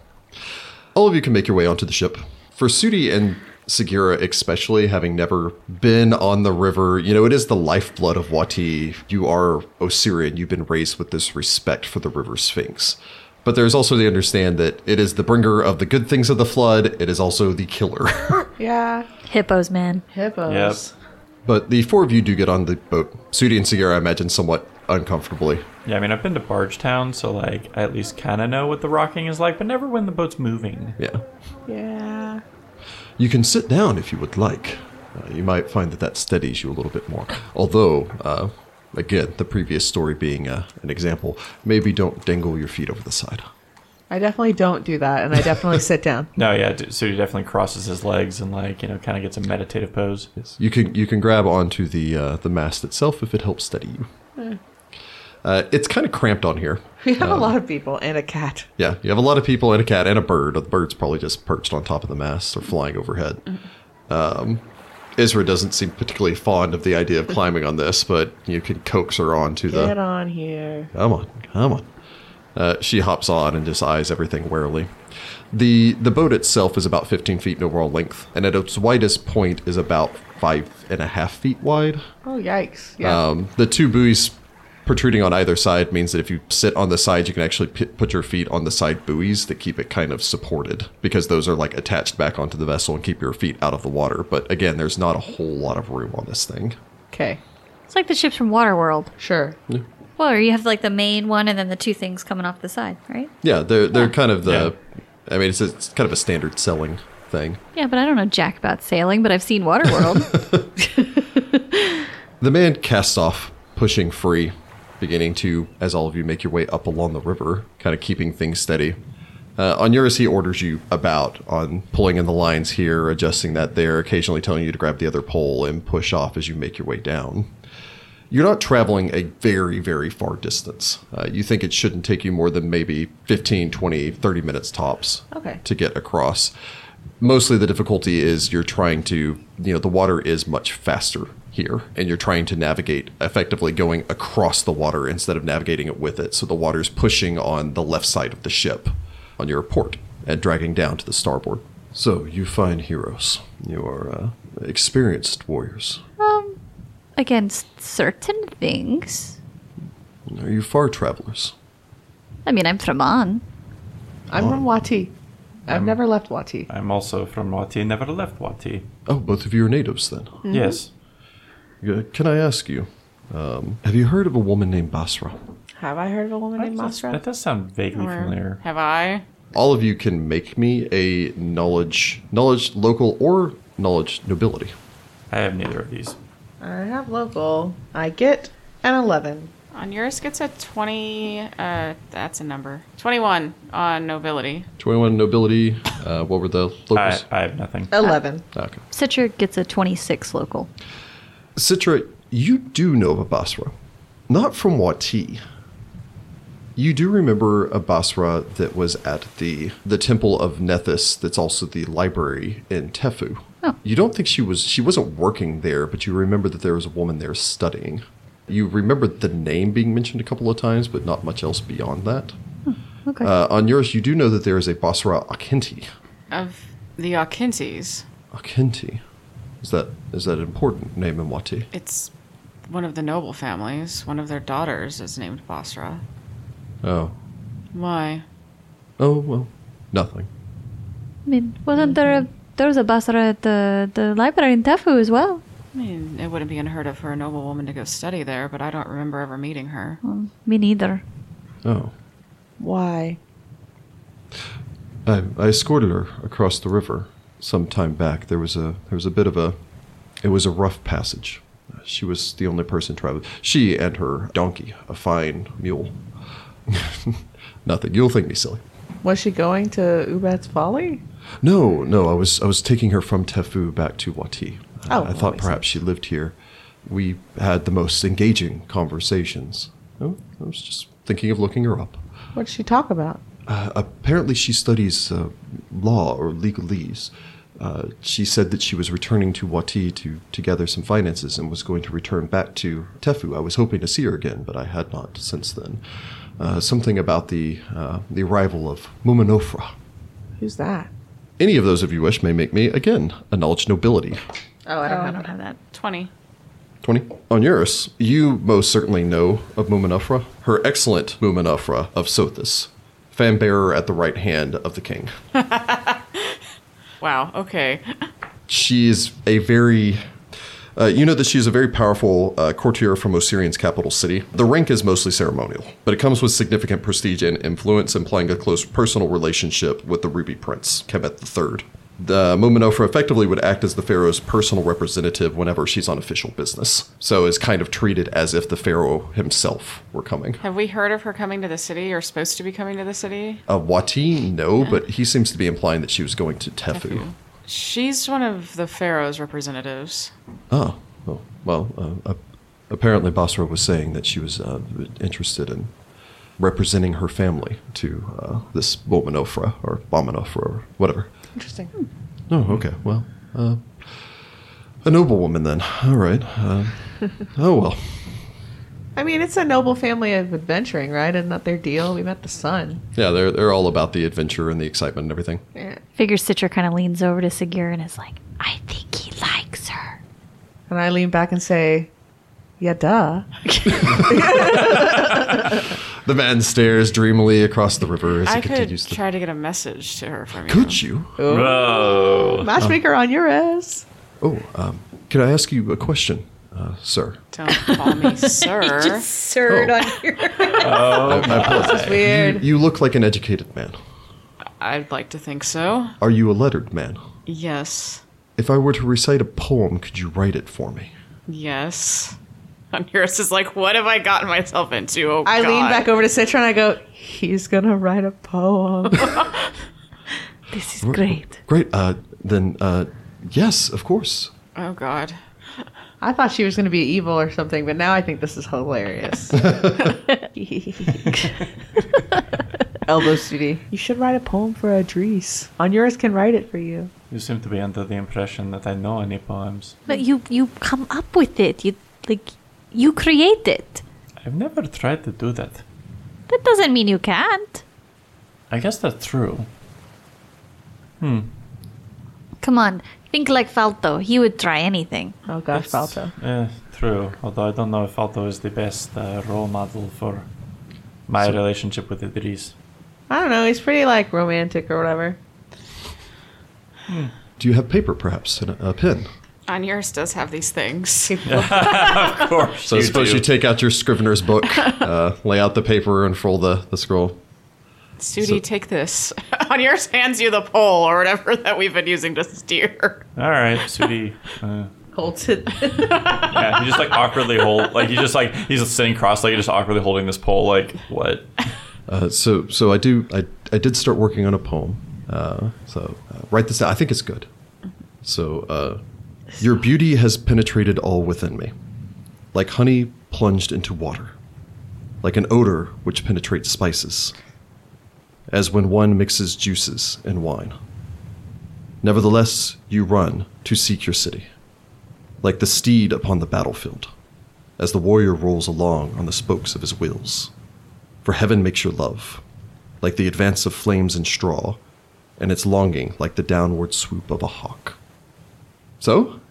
S1: All of you can make your way onto the ship. For Sudi and Segura, especially having never been on the river, you know, it is the lifeblood of Wati. You are Osirian. You've been raised with this respect for the river Sphinx. But there's also the understand that it is the bringer of the good things of the flood, it is also the killer. [laughs]
S2: Yeah.
S3: Hippos, man.
S2: Hippos.
S1: but the four of you do get on the boat. Sudi and Segura, I imagine, somewhat uncomfortably.
S5: Yeah, I mean, I've been to Barge Town, so like I at least kind of know what the rocking is like, but never when the boat's moving.
S1: Yeah.
S2: Yeah.
S1: You can sit down if you would like. Uh, you might find that that steadies you a little bit more. Although, uh, again, the previous story being uh, an example, maybe don't dangle your feet over the side.
S2: I definitely don't do that, and I definitely sit down.
S5: No, yeah, d- so he definitely crosses his legs and like you know kind of gets a meditative pose.
S1: You can you can grab onto the uh, the mast itself if it helps steady you. Uh, it's kind of cramped on here.
S2: [laughs] We have a lot of people and a cat.
S1: Yeah, you have a lot of people and a cat and a bird. The bird's probably just perched on top of the mast or flying overhead. Um, Isra doesn't seem particularly fond of the idea of climbing on this, but you can coax her onto the.
S2: Get on here.
S1: Come on, come on. Uh, she hops on and just eyes everything warily. The the boat itself is about 15 feet in overall length, and at its widest point is about five and a half feet wide.
S2: Oh yikes!
S5: Uh,
S2: Yeah.
S1: Um, the two buoys protruding on either side means that if you sit on the side, you can actually p- put your feet on the side buoys that keep it kind of supported because those are like attached back onto the vessel and keep your feet out of the water. But again, there's not a whole lot of room on this thing.
S2: Okay.
S3: It's like the ships from Waterworld.
S2: Sure.
S3: Well, or you have like the main one and then the two things coming off the side, right?
S1: Yeah, they're they're kind of the. I mean, it's, it's kind of a standard selling thing.
S3: Yeah, but I don't know jack about sailing, but I've seen [laughs] Waterworld.
S1: The man casts off, pushing free, beginning to, as all of you make your way up along the river, kind of keeping things steady. Uh, on yours, he orders you about on pulling in the lines here, adjusting that there, occasionally telling you to grab the other pole and push off as you make your way down. You're not traveling a very, very far distance. Uh, you think it shouldn't take you more than maybe 15, 20, 30 minutes tops
S2: Okay.
S1: to get across. Mostly the difficulty is you're trying to, you know, the water is much faster here, and you're trying to navigate effectively going across the water instead of navigating it with it. So the water's pushing on the left side of the ship on your port and dragging down to the starboard. So you find heroes. You are uh, experienced warriors.
S3: Um, Against certain things.
S1: Are you far travelers?
S3: I mean, I'm from on.
S5: uh,
S2: I'm from Wati. I've never left Wati.
S5: I'm also from Wati, never left Wati.
S1: Oh, both of you are natives then.
S4: Mm-hmm.
S5: Yes.
S1: Uh, Can I ask you, um, have you heard of a woman named Basra?
S2: Have I heard of a woman named
S5: That's-
S2: Masra?
S5: That does sound vaguely familiar.
S4: Have I?
S1: all of you can make me a knowledge knowledge local or knowledge nobility
S5: I have neither of these.
S2: I have local. I get an eleven.
S4: On yours gets a 20, uh, that's a number. 21 on nobility.
S1: 21 nobility uh, what were the
S5: I,
S1: locals Ah,
S5: I have nothing.
S2: Eleven.
S1: okay
S3: Citra gets a 26 local.
S1: citra you do know of a basra not from wati you do remember a basra that was at the the temple of nethys that's also the library in tefu
S3: Oh.
S1: you don't think she was she wasn't working there but you remember that there was a woman there studying you remember the name being mentioned a couple of times but not much else beyond that
S3: Okay.
S1: Uh, on yours, you do know that there is a Basra Akinti.
S4: Of the Akintis,
S1: Akinti. Is that is that an important name in Wati?
S4: it's one of the noble families. One of their daughters is named Basra.
S1: Oh.
S4: Why?
S1: Oh, well, nothing.
S3: I mean, wasn't there a there was a Basra at the, the library in Tefu as well.
S4: I mean, it wouldn't be unheard of for a noble woman to go study there, but I don't remember ever meeting her.
S3: Me neither.
S1: Oh.
S2: Why?
S1: I, I escorted her across the river some time back. There was a there was a bit of a it was a rough passage. She was the only person traveling. She and her donkey, a fine mule. [laughs] Nothing. You'll think me silly.
S2: Was she going to Ubat's Folly?
S1: No, no. I was I was taking her from Tefu back to Wati.
S2: Oh,
S1: I
S2: that
S1: thought
S2: makes
S1: perhaps she lived here. We had the most engaging conversations. Oh, I was just thinking of looking her up.
S2: What'd she talk about?
S1: Uh, apparently, she studies uh, law or legalese. Uh, she said that she was returning to Wati to, to gather some finances and was going to return back to Tefu. I was hoping to see her again, but I had not since then. Uh, something about the uh, the arrival of Muminofra.
S2: Who's that?
S1: Any of those, if you wish, may make me again a knowledge nobility.
S2: Oh, I
S3: Oh, I don't have that.
S4: 20.
S1: 20. On Eurus, you most certainly know of Muminofra, her excellent Muminofra of Sothis, fan bearer at the right hand of the king.
S4: Wow, okay.
S1: she's a very uh, you know that she's a very powerful uh, courtier from Osirian's capital city. The rank is mostly ceremonial, but it comes with significant prestige and influence, implying a close personal relationship with the Ruby Prince, Kemet III. The Muminofra effectively would act as the pharaoh's personal representative whenever she's on official business, so is kind of treated as if the pharaoh himself were coming.
S4: Have we heard of her coming to the city or supposed to be coming to the city?
S1: Uh, Wati, no, but he seems to be implying that she was going to Tefu.
S4: She's one of the Pharaoh's representatives.
S1: Oh, oh well, uh, ap- apparently Basra was saying that she was uh, interested in representing her family to uh, this Bomanofra or Bomanofra or whatever.
S2: Interesting.
S1: No, Oh, okay, well, uh, a noble woman then. All right. Uh, oh well.
S2: I mean, it's a noble family of adventuring, right? Isn't that their deal? We met the sun.
S1: Yeah, they're they're all about the adventure and the excitement and everything.
S2: Yeah.
S3: Figure Citra kind of leans over to Segura and is like, I think he likes her.
S2: And I lean back and say, yeah, duh.
S1: The man stares dreamily across the river as
S4: I
S1: he
S4: could
S1: continues. to
S4: try to get a message to her from you.
S1: could you?
S5: Whoa.
S2: Matchmaker on your ass.
S1: Oh, um, could I ask you a question, uh, sir?
S4: Don't call
S1: [laughs]
S4: me sir.
S3: Absurd
S1: Oh.
S3: on your.
S1: I- I apologize.
S2: It's weird.
S1: You look like an educated man.
S4: I'd like to think so.
S1: Are you a lettered man?
S4: Yes.
S1: If I were to recite a poem, could you write it for me?
S4: Yes. [laughs] Honduras is like, what have I gotten myself into? Oh,
S2: I lean
S4: God.
S2: back over to Citra and I go, he's going to write a poem.
S3: This is great.
S1: Great. Uh, then, uh, yes, of course.
S4: Oh, God.
S2: I thought she was going to be evil or something, but now I think this is [laughs]
S5: [laughs]
S2: hilarious. Elbow Sudie. You should write a poem for Adrice. On yours can write it for you.
S5: You seem to be under the impression that I know any poems.
S3: But you you come up with it. You like you create it.
S5: I've never tried to do that.
S3: That doesn't mean you can't.
S5: I guess that's true.
S3: Come on, think like Falto. He would try anything.
S2: Oh gosh,
S5: That's-
S2: Balto.
S5: Eh, true. Although I don't know if Falto is the best uh, role model for my relationship with Idris.
S2: I don't know. He's pretty like romantic or whatever.
S1: Do you have paper, perhaps, and a, a pen?
S4: Honduras does have these
S1: [laughs]
S4: things.
S5: Of course.
S1: So I suppose you take out your scrivener's book, uh, lay out the paper, and roll the, the scroll.
S4: Sudi,
S1: So-
S4: take this. [laughs] Honduras hands you the pole or whatever [laughs] that we've been using to steer.
S5: All right, Sudi. Uh,
S2: Holds [laughs] it.
S5: yeah, he just like awkwardly hold, like he's just like he's just sitting cross-legged, just awkwardly holding this pole. Like what?
S1: Uh, so, so I do. I, I did start working on a poem. Uh, so uh, write this down. I think it's good. So, uh, your beauty has penetrated all within me, like honey plunged into water, like an odor which penetrates spices, as when one mixes juices and wine. Nevertheless, you run to seek your city, like the steed upon the battlefield, as the warrior rolls along on the spokes of his wheels for heaven makes your love, like the advance of flames in straw, and its longing like the downward swoop of a hawk. So?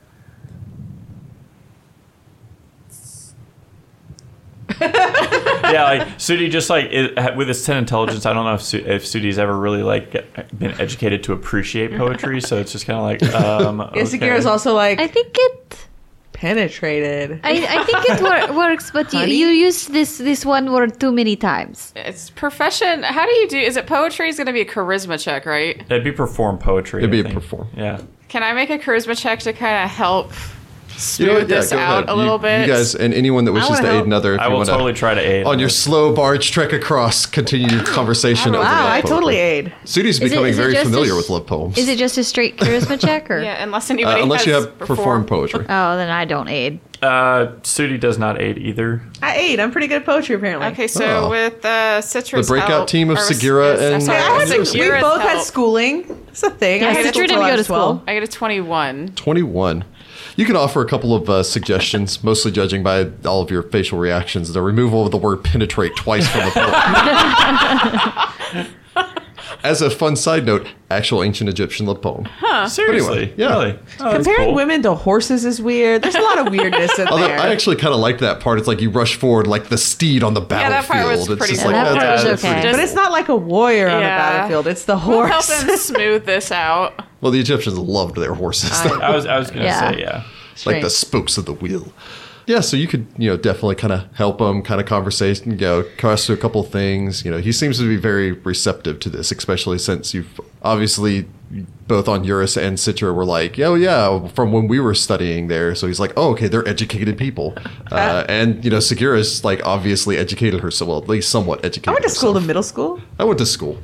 S5: yeah, like Sudi just like it, with his ten intelligence, I don't know if Su- if Sudi's ever really like been educated to appreciate poetry, so it's just kind of like um.
S2: Isagir
S5: okay.
S2: is also like
S7: I think it.
S2: penetrated.
S7: I, I think it wor-
S3: [laughs]
S7: works, but you, you used this this one word too many times.
S4: It's
S6: Profession. How do you do? Is it poetry? Is going to be a charisma check, right?
S5: It'd be perform poetry.
S1: It'd
S5: I
S1: be
S5: think.
S1: perform.
S5: Yeah.
S6: Can I make a charisma check to kind of help
S1: You
S6: smooth
S1: know what?
S6: this
S1: go
S6: out
S1: ahead.
S6: a
S1: You-
S6: little bit?
S1: You guys and anyone that wishes
S2: wanna
S1: to aid
S2: help.
S1: another, if
S5: I
S1: you
S5: will
S1: wanna,
S5: totally try to aid
S1: on your slow barge trek across, continue your conversation. over
S2: wow,
S1: love
S2: I
S1: poetry.
S2: totally aid.
S1: Sudi's
S7: it-
S1: becoming
S7: is it
S1: very
S7: just a
S1: familiar
S7: s-
S1: with love poems.
S7: Is it just a straight charisma check,
S3: [laughs]
S7: or
S6: yeah, unless anybody
S1: uh, unless
S6: has
S1: you have performed poetry.
S7: oh, then I don't aid.
S5: Uh, Sudi does not aid either.
S2: I ate. I'm pretty good at poetry, apparently.
S6: Okay, so
S1: Oh.
S6: with uh, citrus,
S1: The breakout
S6: help-
S1: team of
S6: or-
S1: Sagira
S6: I'm
S1: and-
S6: sorry,
S2: Yeah, I had,
S1: Sigira's
S2: we
S6: Sagira's
S2: both had
S6: help.
S2: schooling. It's a thing. I
S7: Yeah,
S2: had
S7: Sigrid
S2: school till
S7: didn't
S2: I
S7: go
S2: was
S7: to school.
S2: 12.
S6: I get a 21.
S1: 21. You can offer a couple of uh, suggestions, [laughs] mostly judging by all of your facial reactions. The removal of the word penetrate twice from
S6: [laughs]
S1: the poem. As a fun side note, actual ancient Egyptian love
S6: Oh,
S1: poem.
S5: Seriously?
S1: yeah.
S5: Really? Oh, that's
S2: Comparing
S5: cool.
S2: women to horses is weird. There's a lot of weirdness in
S1: Although
S2: there.
S1: I actually kind of like that part. It's like you rush forward like the steed on the
S6: Yeah, that part was
S1: battlefield. it's
S6: pretty
S1: just
S6: cool.
S1: like
S7: That
S1: that's-
S7: part was
S1: that's pretty
S7: okay.
S1: cool.
S2: but it's not like a warrior on a
S6: Yeah.
S2: battlefield. It's the
S6: We'll
S2: horse.
S6: help
S1: [laughs]
S2: [laughs]
S6: him smooth this out.
S1: Well, the Egyptians loved their horses.
S5: I was I was gonna
S7: Yeah.
S5: say yeah.
S1: like the
S2: Strange.
S1: spokes of the wheel. Yeah, so you could, you know, definitely kind of help him, kind of conversation, you know, cross through a couple of things. You know, he seems to be very receptive to this, especially since you've obviously both on Eurus and Citra were like, oh, yeah, from when we were studying there. So he's like, oh, okay, they're educated people.
S2: [laughs]
S1: Uh, and, you know, Segura's like obviously educated herself, well, at least somewhat educated.
S2: I went to school to
S1: herself.
S2: middle school.
S1: I went to school.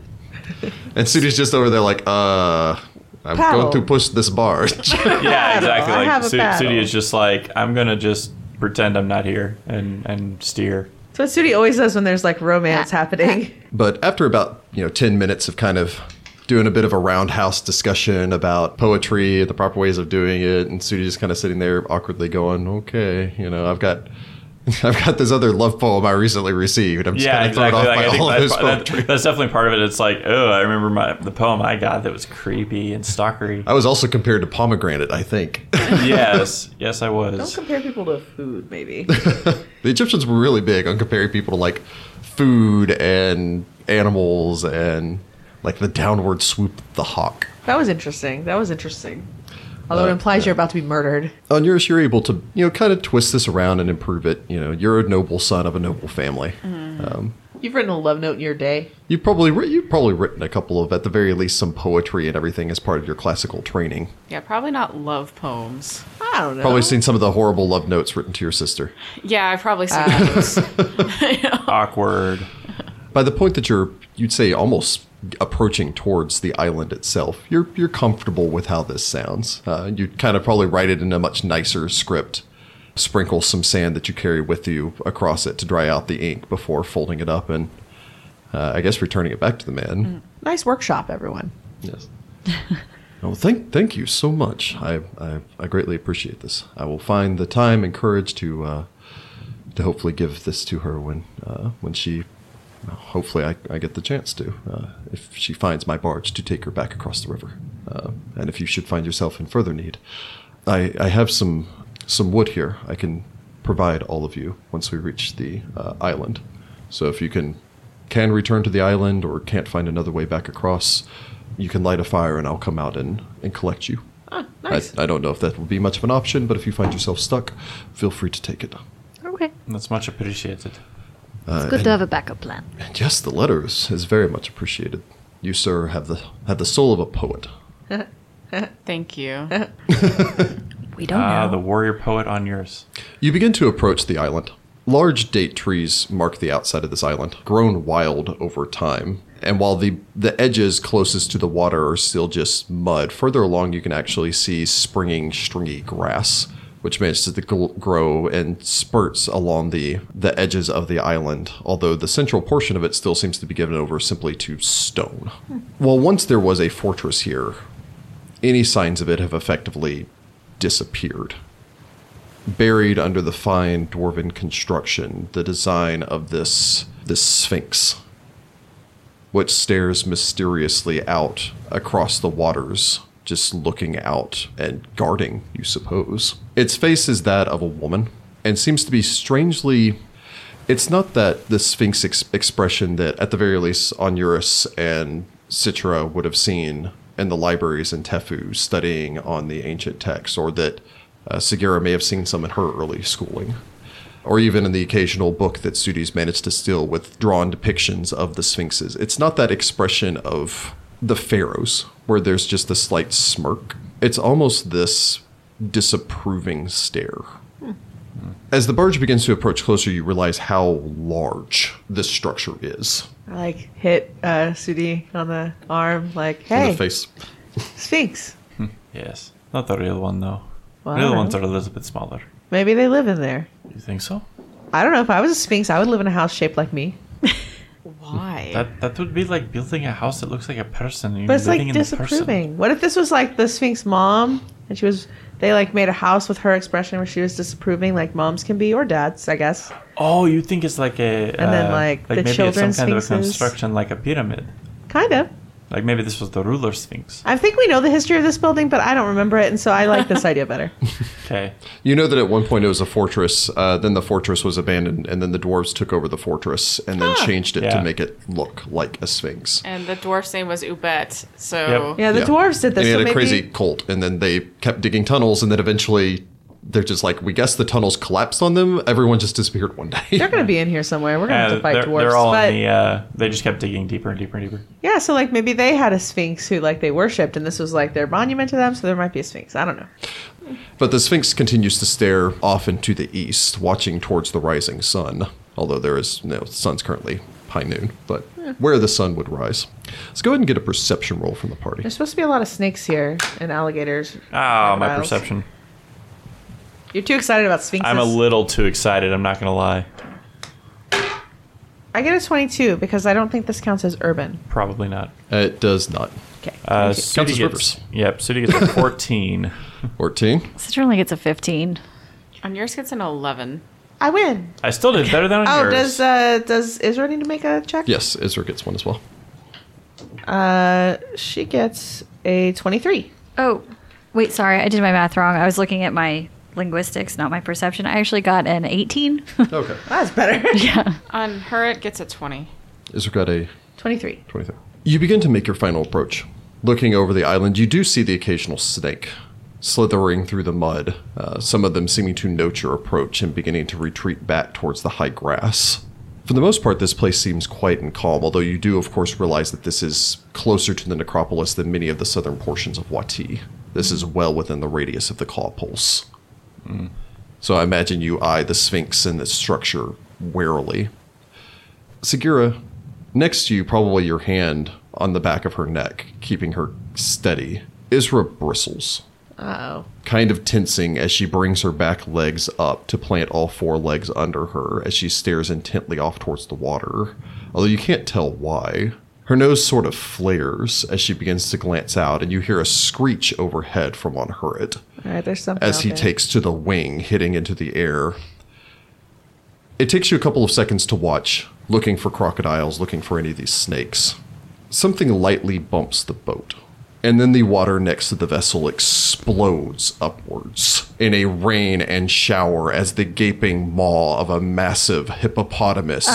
S1: And Sudi's just over there like, uh, I'm
S2: Paddle.
S1: going to push this
S2: [laughs]
S1: barge.
S5: Yeah, exactly.
S2: I
S5: Like
S2: have a
S5: Su-
S2: battle.
S5: Sudi is just like I'm gonna just pretend I'm not here and and steer.
S2: That's what Sudi always does when there's like romance happening.
S6: [laughs]
S1: But after about you know ten minutes of kind of doing a bit of a roundhouse discussion about poetry and the proper ways of doing it, and Sudi just kind of sitting there awkwardly going, "Okay, you know, I've got." [laughs] I've got this other love poem I recently received. I'm just
S5: Yeah,
S1: kind of
S5: exactly.
S1: thrown off
S5: Like, I
S1: by
S5: think
S1: all of
S5: that's,
S1: this
S5: that,
S1: poetry.
S5: that's definitely part of it. It's like, oh, I remember my the poem I got that was creepy and
S1: [laughs]
S5: stalkery.
S1: I was also compared to pomegranate, I think. [laughs]
S5: yes, yes, I
S2: Don't
S5: was.
S2: compare people to food, maybe.
S1: the Egyptians were really big on comparing people to like food and animals and like the downward swoop of the hawk.
S2: [laughs] that was interesting. That was interesting. Although it implies you're about to be murdered.
S1: on Eurus, you're able to you know kind of twist this around and improve it. You know, you're a noble son of a noble family.
S2: You've written a love note in your day.
S1: You've probably writ- you've probably written a couple of at the very least some poetry and everything as part of your classical training.
S6: Yeah, probably not love poems.
S2: I don't know.
S1: Probably seen some of the horrible love notes written to your sister.
S6: Yeah, I've probably seen
S1: Uh.
S6: those.
S5: Awkward.
S1: By the point that you're you'd say almost approaching towards the island itself, you're you're comfortable with how this sounds. Uh, you'd kind of probably write it in a much nicer script. Sprinkle some sand that you carry with you across it to dry out the ink before folding it up and uh, I guess returning it back to the man.
S2: Nice workshop, everyone.
S1: Yes. [laughs] oh, thank thank you so much. I, I I greatly appreciate this. I will find the time and courage to uh, to hopefully give this to her when uh, when she hopefully I, I get the chance to uh, if she finds my barge to take her back across the river. Uh, and if you should find yourself in further need, I I have some some wood here. I can provide all of you once we reach the uh, island. So if you can can return to the island or can't find another way back across, you can light a fire and I'll come out and, and collect you.
S2: Ah, nice.
S1: I, I don't know if that will be much of an option, but if you find yourself stuck, feel free to take it.
S2: uh,
S7: Okay,
S5: That's much appreciated.
S7: it's good to have a backup plan.
S1: And yes, the letter is, is very much appreciated. You, sir, have the have the soul of a poet.
S6: Thank
S2: [laughs]
S6: you.
S7: We
S2: Oh,
S7: don't
S5: Ah,
S7: know.
S5: the warrior poet on yours.
S1: You begin to approach the island. Large date trees mark the outside of this island, grown wild over time. And while the, the edges closest to the water are still just mud, further along you can actually see springing stringy grass, which manages to gl- grow and spurts along the, the edges of the island, although the central portion of it still seems to be given over simply to stone. Well, once there was a fortress here, any signs of it have effectively disappeared buried under the fine dwarven construction, the design of this this sphinx, which stares mysteriously out across the waters, just looking out and guarding, you suppose. Its face is that of a woman, and seems to be strangely it's not that the Sphinx ex- expression that, at the very least, Onuris and Citra would have seen in the libraries in Tefu studying on the ancient texts, or that uh, Segura may have seen some in her early schooling, or even in the occasional book that Sudi's managed to steal with drawn depictions of the Sphinxes. It's not that expression of the pharaohs where there's just a slight smirk. It's almost this disapproving stare. As the barge begins to approach closer, you realize how large this structure is.
S2: I, like hit uh, Sudi on the arm, like,
S1: In
S2: hey,
S1: the face.
S2: Sphinx.
S5: Yes. Not the real one, though.
S2: Well, I
S5: real
S2: don't
S5: ones
S2: know.
S5: are a little bit smaller.
S2: Maybe they live in there.
S5: You think so?
S2: I don't know. If I was a Sphinx, I would live in a house shaped like me.
S6: Why?
S5: That that would be like building a house that looks like a person. and
S2: But it's
S5: living
S2: like
S5: in the person.
S2: disapproving. What if this was like the Sphinx mom and she was they like made a house with her expression where she was disapproving like moms can be or dads, I guess.
S5: Oh, you think it's like a
S2: And then, like, the
S5: maybe
S2: children
S5: it's some kind of a
S2: sphinxes.
S5: construction like a pyramid.
S2: Kind of.
S5: Like maybe this was the ruler sphinx.
S2: I think we know the history of this building, but I don't remember it and so I like this idea
S5: [laughs]
S2: better.
S5: Okay.
S1: You know that at one point it was a fortress, uh, then the fortress was abandoned, and then the dwarves took over the fortress and then changed it
S5: Yeah.
S1: to make it look like a sphinx.
S6: And the dwarf's name was Ubet, so
S2: Yeah, the
S1: Yeah.
S2: dwarves did this.
S1: And they
S2: so
S1: had a
S2: maybe,
S1: crazy cult, and then they kept digging tunnels, and then eventually they're just like, we guess the tunnels collapsed on them. Everyone just disappeared one day.
S2: They're gonna be in here somewhere. We're gonna have
S5: Uh,
S2: to fight
S5: they're,
S2: dwarves.
S5: they're all
S2: but
S5: in the. Uh, they just kept digging deeper and deeper and deeper.
S2: yeah, so like maybe they had a sphinx who like they worshipped, and this was like their monument to them. So there might be a sphinx. I don't know.
S1: But the Sphinx continues to stare off into the east, watching towards the rising sun. Although there is no sun's currently high noon, but where the sun would rise. Let's go ahead and get a perception roll from the party.
S2: There's supposed to be a lot of snakes here and alligators.
S5: Ah, my
S2: crocodiles.
S5: perception.
S2: You're too excited about sphinxes.
S5: I'm a little too excited. I'm not gonna lie.
S2: I get a 22 because I don't think this counts as urban.
S5: Probably not.
S1: Uh, It does not.
S2: Okay.
S5: Uh,
S2: Thank you.
S5: Sudi
S1: Counts as
S5: gets,
S1: rivers.
S5: Yep. Sudi [laughs] gets a 14.
S1: 14.
S3: Citra only gets a 15.
S6: on yours gets an eleven.
S2: I win.
S5: I still did better than on
S2: Oh,
S5: yours.
S2: does uh does Israel need to make a check?
S1: Yes, Ezra gets one as well.
S2: Uh, she gets a 23.
S3: Oh, wait, sorry. I did my math wrong. I was looking at my linguistics, not my perception. I actually got an 18.
S1: Okay.
S2: That's better.
S3: yeah.
S6: On her, it gets a twenty.
S1: Ezra got a
S2: 23.
S1: 23. You begin to make your final approach. Looking over the island, you do see the occasional snake slithering through the mud, uh, some of them seeming to note your approach and beginning to retreat back towards the high grass. For the most part, this place seems quiet and calm, although you do, of course, realize that this is closer to the necropolis than many of the southern portions of Wati. This is well within the radius of the claw pulse. So I imagine you eye the Sphinx and the structure warily. Segura, next to you, probably your hand on the back of her neck, keeping her steady. Isra bristles,
S2: Uh-oh.
S1: kind of tensing as she brings her back legs up to plant all four legs under her as she stares intently off towards the water, although you can't tell why. Her nose sort of flares as she begins to glance out, and you hear a screech overhead from on Hurrit
S2: [laughs] All right, there's something
S1: as
S2: out
S1: he
S2: there.
S1: takes to the wing, hitting into the air. It takes you a couple of seconds to watch, looking for crocodiles, looking for any of these snakes. Something lightly bumps the boat, and then the water next to the vessel explodes upwards in a rain and shower as the gaping maw of a massive hippopotamus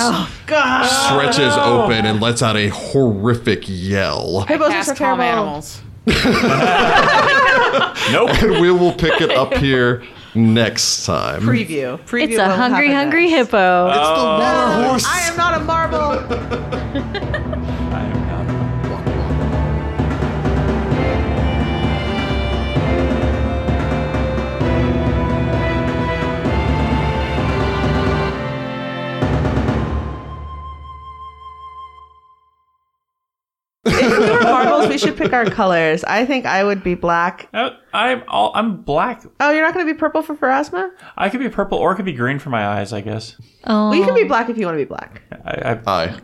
S2: God.
S1: stretches open and lets out a horrific yell.
S2: Hippos are
S6: Cast
S2: so
S6: calm
S2: terrible.
S6: animals.
S5: nope.
S1: And [laughs] we will pick it up here next time.
S2: Preview. Preview.
S3: It's
S2: what
S3: a
S2: will
S3: hungry,
S2: happen
S3: hungry [laughs]
S2: next.
S3: hippo.
S1: It's the water horse.
S2: I am not a marble.
S5: I am not.
S2: For marbles, we should pick our colors. I think I would be black.
S5: Uh, I'm all. I'm black.
S2: Oh, you're not going to be purple for Pharasma?
S5: I could be purple or I could be green for my eyes. I guess.
S3: Oh.
S2: Well, you can be black if you want to be black.
S5: I, uh, I,
S1: Aye.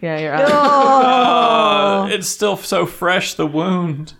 S2: Yeah, you're out.
S5: it's still so fresh. The wound.